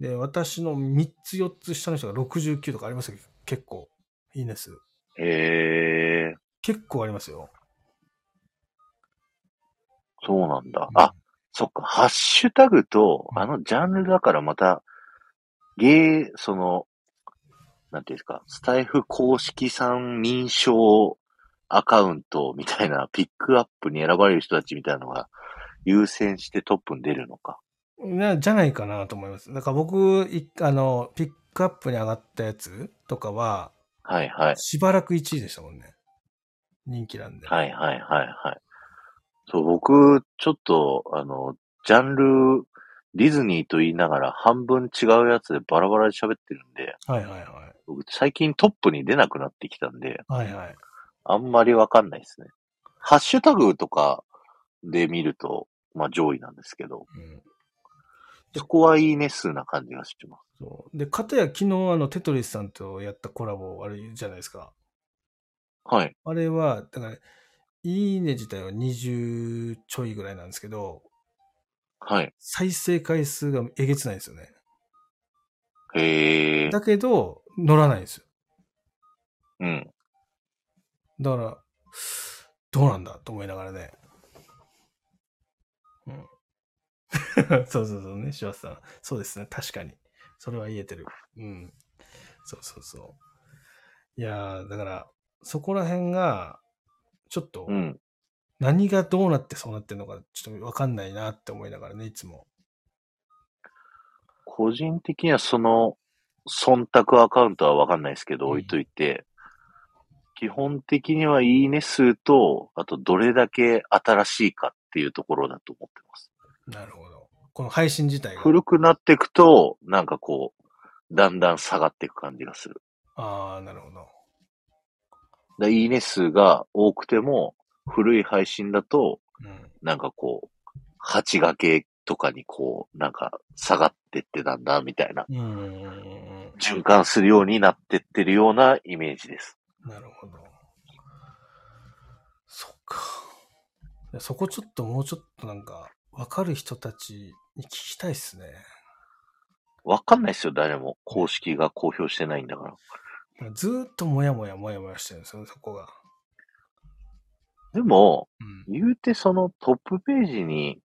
Speaker 2: で、私の3つ4つ下の人が69とかありますよ、結構。いいね数。
Speaker 3: へえ、
Speaker 2: 結構ありますよ。
Speaker 3: そうなんだ。あ、そっか、ハッシュタグと、あのジャンルだからまた、ゲー、その、なんていうんですか、スタイフ公式さん認証アカウントみたいな、ピックアップに選ばれる人たちみたいなのが優先してトップに出るのか。
Speaker 2: なじゃないかなと思います。だから僕、いあの、ピックアップに上がったやつとかは、
Speaker 3: はいはい。
Speaker 2: しばらく1位でしたもんね。人気なんで。
Speaker 3: はいはいはいはい。そう、僕、ちょっと、あの、ジャンル、ディズニーと言いながら半分違うやつでバラバラで喋ってるんで、
Speaker 2: はいはいは
Speaker 3: 僕最近トップに出なくなってきたんで、
Speaker 2: い。はいはい。
Speaker 3: あんまりわかんないですね。ハッシュタグとかで見ると、まあ上位なんですけど、
Speaker 2: うん
Speaker 3: そこはいいね数な感じがします。
Speaker 2: そうで、かたや昨日、あの、テトリスさんとやったコラボ、あれじゃないですか。
Speaker 3: はい。
Speaker 2: あれは、だから、いいね自体は20ちょいぐらいなんですけど、
Speaker 3: はい。
Speaker 2: 再生回数がえげつないんですよね。
Speaker 3: へえ。
Speaker 2: だけど、乗らないんですよ。
Speaker 3: うん。
Speaker 2: だから、どうなんだと思いながらね。うん。 そうそうそうね、柴田さん。そうですね、確かに。それは言えてる。うん。そうそうそう。いやー、だから、そこら辺が、ちょっと
Speaker 3: う、ん。
Speaker 2: 何がどうなってそうなってるのか、ちょっとわかんないなって思いながらね、いつも。
Speaker 3: 個人的にはその、忖度アカウントはわかんないですけど、
Speaker 2: うん
Speaker 3: 置いといて、基本的にはいいね数と、あとどれだけ新しいかっていうところだと思ってます。
Speaker 2: なるほど。この配信自体が。
Speaker 3: 古くなっていくと、なんかこう、だんだん下がっていく感じがする。
Speaker 2: ああ、なるほど。
Speaker 3: だいいね数が多くても、古い配信だと、
Speaker 2: うん。
Speaker 3: なんかこう、8掛けとかにこう、なんか下がってってなんだ、みたいな、
Speaker 2: うんうんうんうん。
Speaker 3: 循環するようになってってるようなイメージです。
Speaker 2: なるほど。そっか。いやそこちょっともうちょっとなんか、わかる人たちに聞きたいっすね。
Speaker 3: わかんないですよ、誰も。公式が公表してないんだから。
Speaker 2: ずーっともやもやもやもやしてるんですよね、そこが。
Speaker 3: でも、
Speaker 2: うん。
Speaker 3: 言うてそのトップページに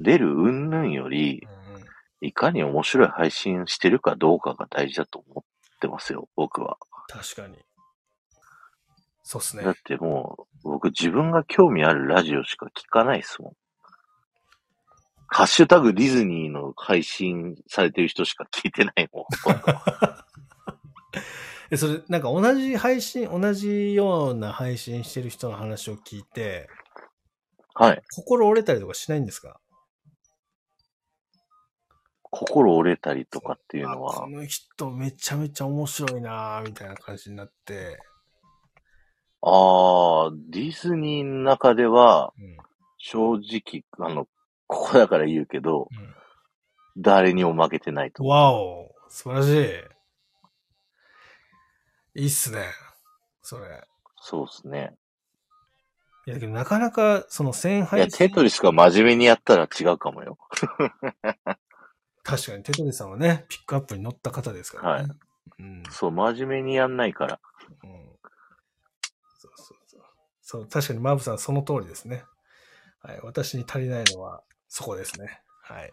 Speaker 3: 出る云々より、
Speaker 2: うん
Speaker 3: いかに面白い配信してるかどうかが大事だと思ってますよ、僕は。
Speaker 2: 確かに。そうっすね
Speaker 3: だっ。てもう、僕自分が興味あるラジオしか聞かないですもん。ハッシュタグディズニーの配信されてる人しか聞いてないもん。
Speaker 2: え、それ、なんか同じ配信、同じような配信してる人の話を聞いて、
Speaker 3: はい。
Speaker 2: 心折れたりとかしないんですか
Speaker 3: 心折れたりとかっていうの
Speaker 2: あ
Speaker 3: は
Speaker 2: こ、の人めちゃめちゃ面白いなぁみたいな感じになって。
Speaker 3: ああ、ディズニーの中では、
Speaker 2: うん。
Speaker 3: 正直、あの、ここだから言うけど、誰にも負けてないと
Speaker 2: うん、
Speaker 3: 思う。
Speaker 2: わお素晴らしい。いいっすね。それ。
Speaker 3: そうですね。
Speaker 2: いや、だけどなかなか、その1000
Speaker 3: いや、
Speaker 2: 配
Speaker 3: テ
Speaker 2: 信。
Speaker 3: トリスが真面目にやったら違うかもよ。
Speaker 2: 確かにテトリさんはね、ピックアップに乗った方ですからね。
Speaker 3: は
Speaker 2: うん。
Speaker 3: そう、真面目にやんないから。
Speaker 2: うんそうそうそう。そう、確かにマブさんその通りですね。はい。私に足りないのはそこですね。はい。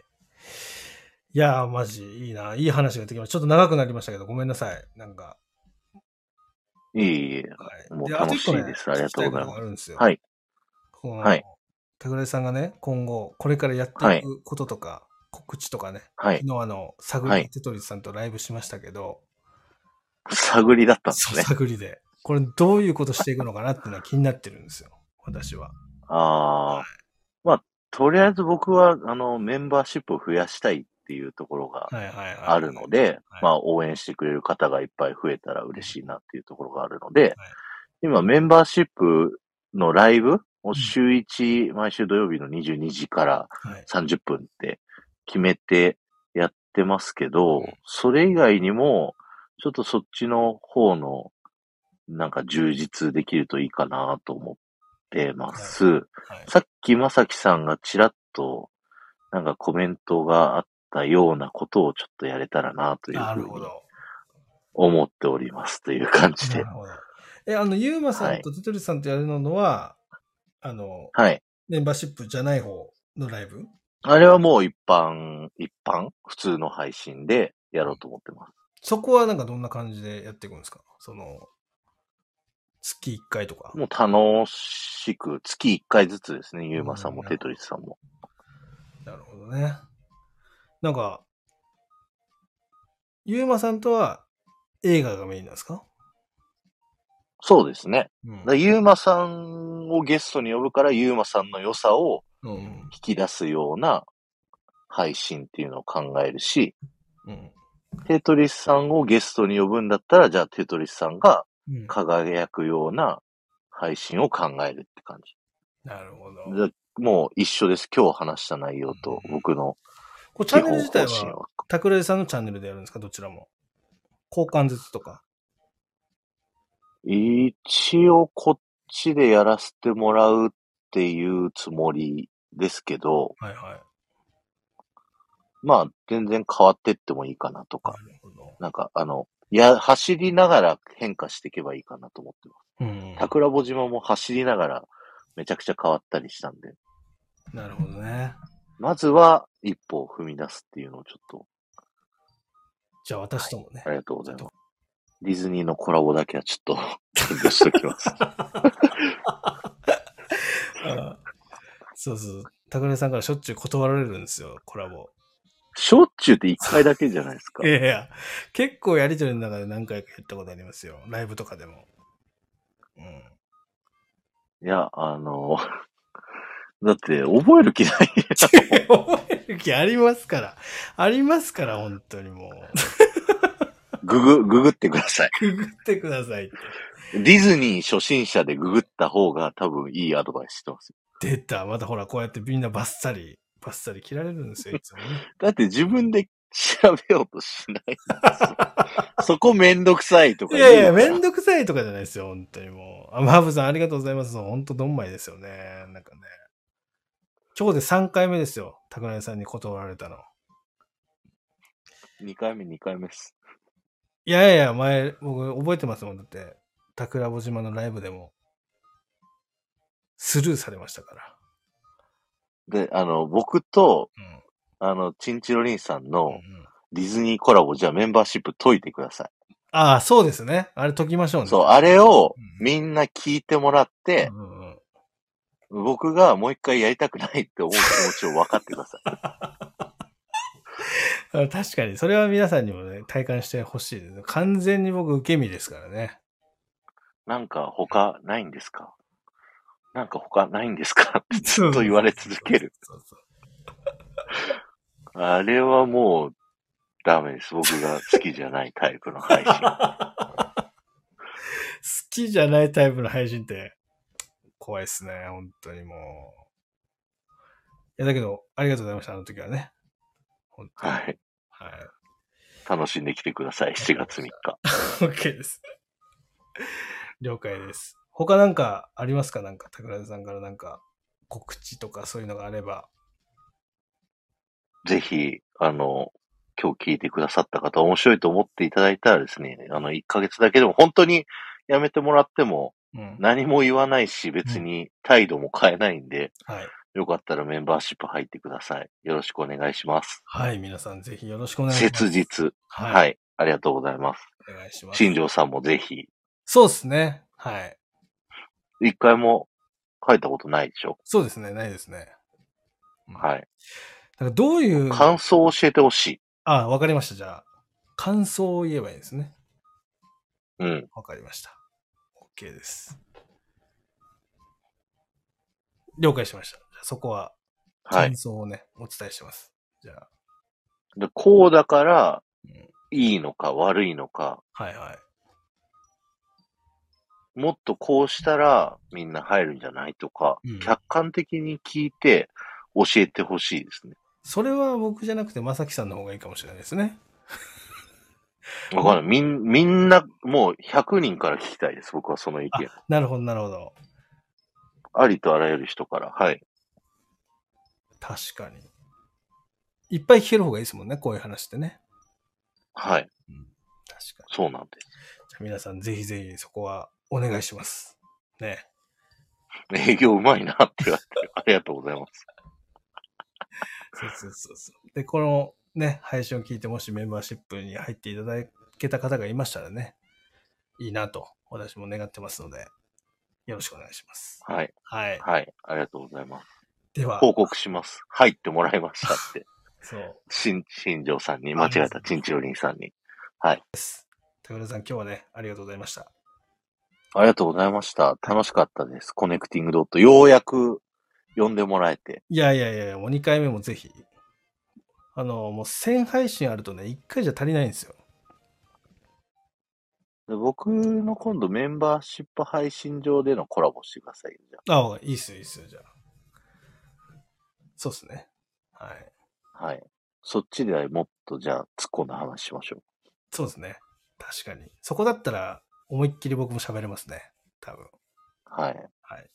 Speaker 2: いやー、マジいいな。いい話ができました。ちょっと長くなりましたけど、ごめんなさい。なんか。
Speaker 3: いえいえ。
Speaker 2: はい、
Speaker 3: もう
Speaker 2: あと
Speaker 3: 楽
Speaker 2: 一
Speaker 3: し
Speaker 2: 個ね
Speaker 3: いですありがとうござ
Speaker 2: 聞きたこと
Speaker 3: います
Speaker 2: があるんですよ。
Speaker 3: はい。
Speaker 2: この
Speaker 3: はい。
Speaker 2: 桜井さんがね、今後、これからやって
Speaker 3: はい
Speaker 2: いくこととか、告知とかね、
Speaker 3: はい。
Speaker 2: 昨日あの、探
Speaker 3: は
Speaker 2: り
Speaker 3: い
Speaker 2: テトリスさんとライブしましたけど、
Speaker 3: 探りだったんです
Speaker 2: そう
Speaker 3: ね。
Speaker 2: 探りで。これどういうことしていくのかなっていうのは気になってるんですよ。私は。
Speaker 3: ああ。まあ、とりあえず僕は、あの、メンバーシップを増やしたいっていうところが
Speaker 2: はいはいはい。
Speaker 3: あるので、
Speaker 2: はい
Speaker 3: まあ、応援してくれる方がいっぱい増えたら嬉しいなっていうところがあるので、
Speaker 2: はい
Speaker 3: 今、メンバーシップのライブを週1、毎週土曜日の22時から
Speaker 2: はい。
Speaker 3: 30分って決めてやってますけど、
Speaker 2: うん
Speaker 3: それ以外にも、ちょっとそっちの方の、なんか充実できるといいかなと思ってます。
Speaker 2: はい。
Speaker 3: さっきまさきさんがちらっと、なんかコメントがあったようなことをちょっとやれたらなという
Speaker 2: な
Speaker 3: ふ
Speaker 2: る
Speaker 3: う
Speaker 2: ほ
Speaker 3: に
Speaker 2: ど。
Speaker 3: 思っておりますという感じ
Speaker 2: な
Speaker 3: で
Speaker 2: る。ほど。え、あの、ゆうまさんとテトリスさんとやるのは、あの、
Speaker 3: はい。
Speaker 2: メンバーシップじゃない方のライブ
Speaker 3: あれはもう一般、一般普通の配信でやろうと思ってます。
Speaker 2: そこはなんかどんな感じでやっていくんですかその、月1回とか。
Speaker 3: もう楽しく、月1回ずつですね、ゆうまさんもテトリスさんも。
Speaker 2: なるほどね。なんか、ゆうまさんとは映画がメインなんですか
Speaker 3: そうですね。
Speaker 2: うん
Speaker 3: だからゆうまさんをゲストに呼ぶから、ゆうまさんの良さを
Speaker 2: うん。
Speaker 3: 引き出すような配信っていうのを考えるし、
Speaker 2: うん。
Speaker 3: テトリスさんをゲストに呼ぶんだったら、じゃあテトリスさんが
Speaker 2: うん
Speaker 3: 輝くような配信を考えるって感じ。
Speaker 2: なるほど。
Speaker 3: じゃあもう一緒です。今日話した内容と僕の
Speaker 2: これチ
Speaker 3: 基
Speaker 2: ャンネル
Speaker 3: 本
Speaker 2: 自体
Speaker 3: 方針
Speaker 2: は、
Speaker 3: は。
Speaker 2: 桜井さんのチャンネルでやるんですかどちらも。交換術とか。
Speaker 3: 一応こっちでやらせてもらうっていうつもりですけど、
Speaker 2: はいはい。
Speaker 3: まあ全然変わってってもいいかなとか、
Speaker 2: なるほど。
Speaker 3: なんかあの、や、走りながら変化していけばいいかなと思ってます。
Speaker 2: うん。
Speaker 3: 桜穂島も走りながらめちゃくちゃ変わったりしたんで、
Speaker 2: なるほどね。
Speaker 3: まずは一歩を踏み出すっていうのをちょっと、
Speaker 2: じゃあ私ともね。
Speaker 3: ありがとうございます。ディズニーのコラボだけはちょっと 遠慮しときます。
Speaker 2: うんそうそう。桜井さんからしょっちゅう断られるんですよ、コラボ。
Speaker 3: しょっちゅうって一回だけじゃないですか
Speaker 2: い。やいや、結構やりとりの中で何回か言ったことありますよ。ライブとかでも。うん。
Speaker 3: いや、あの、 だって覚える気ない。
Speaker 2: 覚える気ありますから。ありますから、本当にもう。
Speaker 3: ググ、ググってください。
Speaker 2: くぐってくださいって。
Speaker 3: ディズニー初心者でググった方が多分いいアドバイスしてますよ。
Speaker 2: 出た。またほら、こうやってみんなバッサリ、バッサリ切られるんですよ、いつもね。
Speaker 3: だって自分で調べようとしないん ですよ。そこめんどくさいと か
Speaker 2: い
Speaker 3: 言うか
Speaker 2: や
Speaker 3: ら。
Speaker 2: いや、めんどくさいとかじゃないですよ、本当にもう。あ、マーブさんありがとうございます。本当どんまいですよね。なんかね。今日で3回目ですよ、桜井さんに断られたの。
Speaker 3: 2回目、2回目です。
Speaker 2: いやいや、前、僕覚えてますもん。だって、桜穂島のライブでも、スルーされましたから。
Speaker 3: で、あの、僕と、
Speaker 2: うん。
Speaker 3: あの、チンチロリンさん
Speaker 2: う
Speaker 3: の
Speaker 2: ん
Speaker 3: ディズニーコラボ、じゃあメンバーシップ解いてくださ
Speaker 2: ああ、そうですね。あれ解きましょう
Speaker 3: い。
Speaker 2: ね。
Speaker 3: そう、あれを
Speaker 2: うん
Speaker 3: みんな聞いてもらって、
Speaker 2: うんうん
Speaker 3: 僕がもう一回やりたくないって思う気持ちを分かってください。
Speaker 2: あ確かに、それは皆さんにもね、体感してほしいです。完全に僕、受け身ですからね。
Speaker 3: なんか他ないんですかなんか他ないんですかってずっと言われ続ける。
Speaker 2: そうそう
Speaker 3: あれはもうダメです。僕が好きじゃないタイプの 配信。
Speaker 2: 好きじゃないタイプの配信って、怖いっすね。本当にもう。いや、だけど、ありがとうございました。あの時はね。本当に。
Speaker 3: は。い。
Speaker 2: はい。
Speaker 3: 楽しんできてください。7月3日。
Speaker 2: OK です。了解です。他なんかありますかなんか、桜田さんからなんか、告知とかそういうのがあれば。
Speaker 3: ぜひ、あの、今日聞いてくださった方、面白いと思っていただいたらですね、あの、1ヶ月だけでも本当にやめてもらっても
Speaker 2: うん。
Speaker 3: 何も言わないし、別に態度も変えないんで、
Speaker 2: はい。
Speaker 3: よかったらメンバーシップ入ってください。よろしくお願いします。
Speaker 2: はい、皆さんぜひよろしくお願いします。
Speaker 3: 切実。
Speaker 2: はい。
Speaker 3: はい。ありがとうございます。
Speaker 2: お願いします。
Speaker 3: 新庄さんもぜひ、
Speaker 2: そうですね。はい。
Speaker 3: 一回も書いたことないでしょ。
Speaker 2: そうですね。ないですね。
Speaker 3: はい。
Speaker 2: なんかどういう、
Speaker 3: 感想を教えてほしい。
Speaker 2: あ、わかりました。じゃあ、感想を言えばいいですね。
Speaker 3: うん。
Speaker 2: わかりました。OK です。了解しました。じゃあそこは
Speaker 3: はい
Speaker 2: 感。想をね、お伝えします。じゃあ、
Speaker 3: でこうだから
Speaker 2: うん、
Speaker 3: いいのか悪いのか、
Speaker 2: はいはい。
Speaker 3: もっとこうしたらみんな入るんじゃないとか、
Speaker 2: うん
Speaker 3: 客観的に聞いて教えてほしいですね。
Speaker 2: それは僕じゃなくて、まさきさんの方がいいかもしれないですね。
Speaker 3: わかんない。みん、みんな、もう100人から聞きたいです。僕はその意見。
Speaker 2: なるほど、なるほど。
Speaker 3: ありとあらゆる人から。はい。
Speaker 2: 確かに。いっぱい聞ける方がいいですもんね、こういう話ってね。
Speaker 3: はい。
Speaker 2: 確かに。
Speaker 3: そうなんです。
Speaker 2: じゃあ皆さん、ぜひぜひそこはお願いします。ね。
Speaker 3: 営業うまいなって言われてる、ありがとうございます。
Speaker 2: そうそうそうそう。で、このね、配信を聞いて、もしメンバーシップに入っていただけた方がいましたらね、いいなと、私も願ってますので、よろしくお願いします。
Speaker 3: はい。
Speaker 2: はい。
Speaker 3: はい。ありがとうございます。
Speaker 2: では、
Speaker 3: 報告します。入ってもらいましたって。
Speaker 2: そう。
Speaker 3: 新、新庄さんに、間違えた、陳千代林さんに。
Speaker 2: 高田さん、今日はね、ありがとうございました。
Speaker 3: ありがとうございました。楽しかったです。コネクティングドット。ようやく呼んでもらえて。
Speaker 2: いやいやいや、もう2回目もぜひ。あの、もう1000配信あるとね、1回じゃ足りないんですよ。
Speaker 3: で僕の今度メンバーシップ配信上でのコラボしてくださいよ。じゃ
Speaker 2: あいいっすよ、いいっすよ、じゃあ。そうっすね。はい。
Speaker 3: あはい。そっちでもっとじゃあ突っ込んだ話しましょう。
Speaker 2: そうですね。確かに。そこだったら、思いっきり僕も喋れますね。多分。
Speaker 3: はい。
Speaker 2: はい。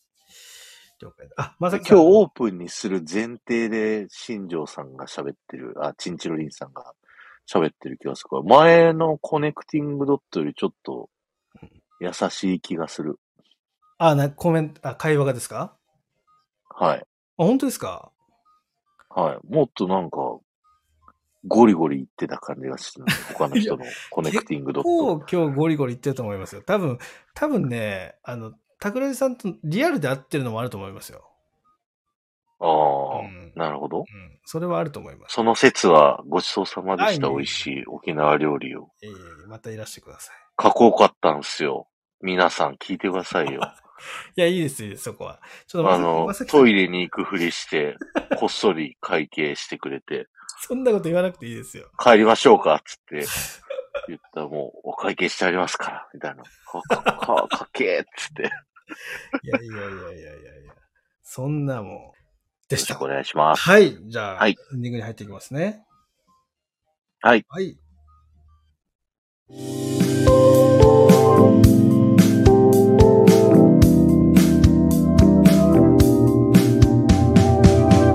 Speaker 2: 了解だ。あ、まさ
Speaker 3: 今
Speaker 2: き
Speaker 3: 日
Speaker 2: さん。
Speaker 3: オープンにする前提で、新庄さんが喋ってる、あ、チンチロリンさんが喋ってる気がするから、前のコネクティングドットよりちょっと優しい気がする。
Speaker 2: あ、な、コメント、あ、会話がですか
Speaker 3: はい。
Speaker 2: あ、本当ですか
Speaker 3: はい。もっとなんか、ゴリゴリ言ってた感じがする。他の人のコネクティングドッ
Speaker 2: こ
Speaker 3: ト。
Speaker 2: う今日ゴリゴリ言ってると思いますよ。多分、多分ね、あの、桜井さんとリアルで会ってるのもあると思いますよ。う
Speaker 3: ああ、
Speaker 2: ん。
Speaker 3: なるほ
Speaker 2: う
Speaker 3: ど。
Speaker 2: ん。それはあると思います。
Speaker 3: その説はごちそうさまでした。
Speaker 2: はい
Speaker 3: 美味しい沖縄料理を。
Speaker 2: ええまたいらしてください。
Speaker 3: かっこよかったんすよ。皆さん聞いてくださいよ。
Speaker 2: いや、いいです、いいです、そこは。ちょっとま
Speaker 3: あの
Speaker 2: さ、きさん
Speaker 3: トイレに行くふりして、こっそり会計してくれて、
Speaker 2: そんなこと言わなくていいですよ。
Speaker 3: 帰りましょうかっつって、言ったらもう、お会計してありますから、みたいな。か、か、か、かっけーっつって、よ
Speaker 2: いやいやいやいやいやいや。そんなもん。で
Speaker 3: ろ
Speaker 2: し
Speaker 3: したく。お願いします。
Speaker 2: はい。じゃあ、
Speaker 3: はい
Speaker 2: エンディングに入っていきますね。
Speaker 3: はい。
Speaker 2: はい。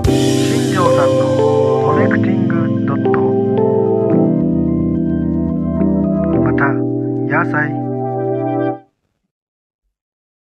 Speaker 1: 新庄さんのコネクティングドットまた野菜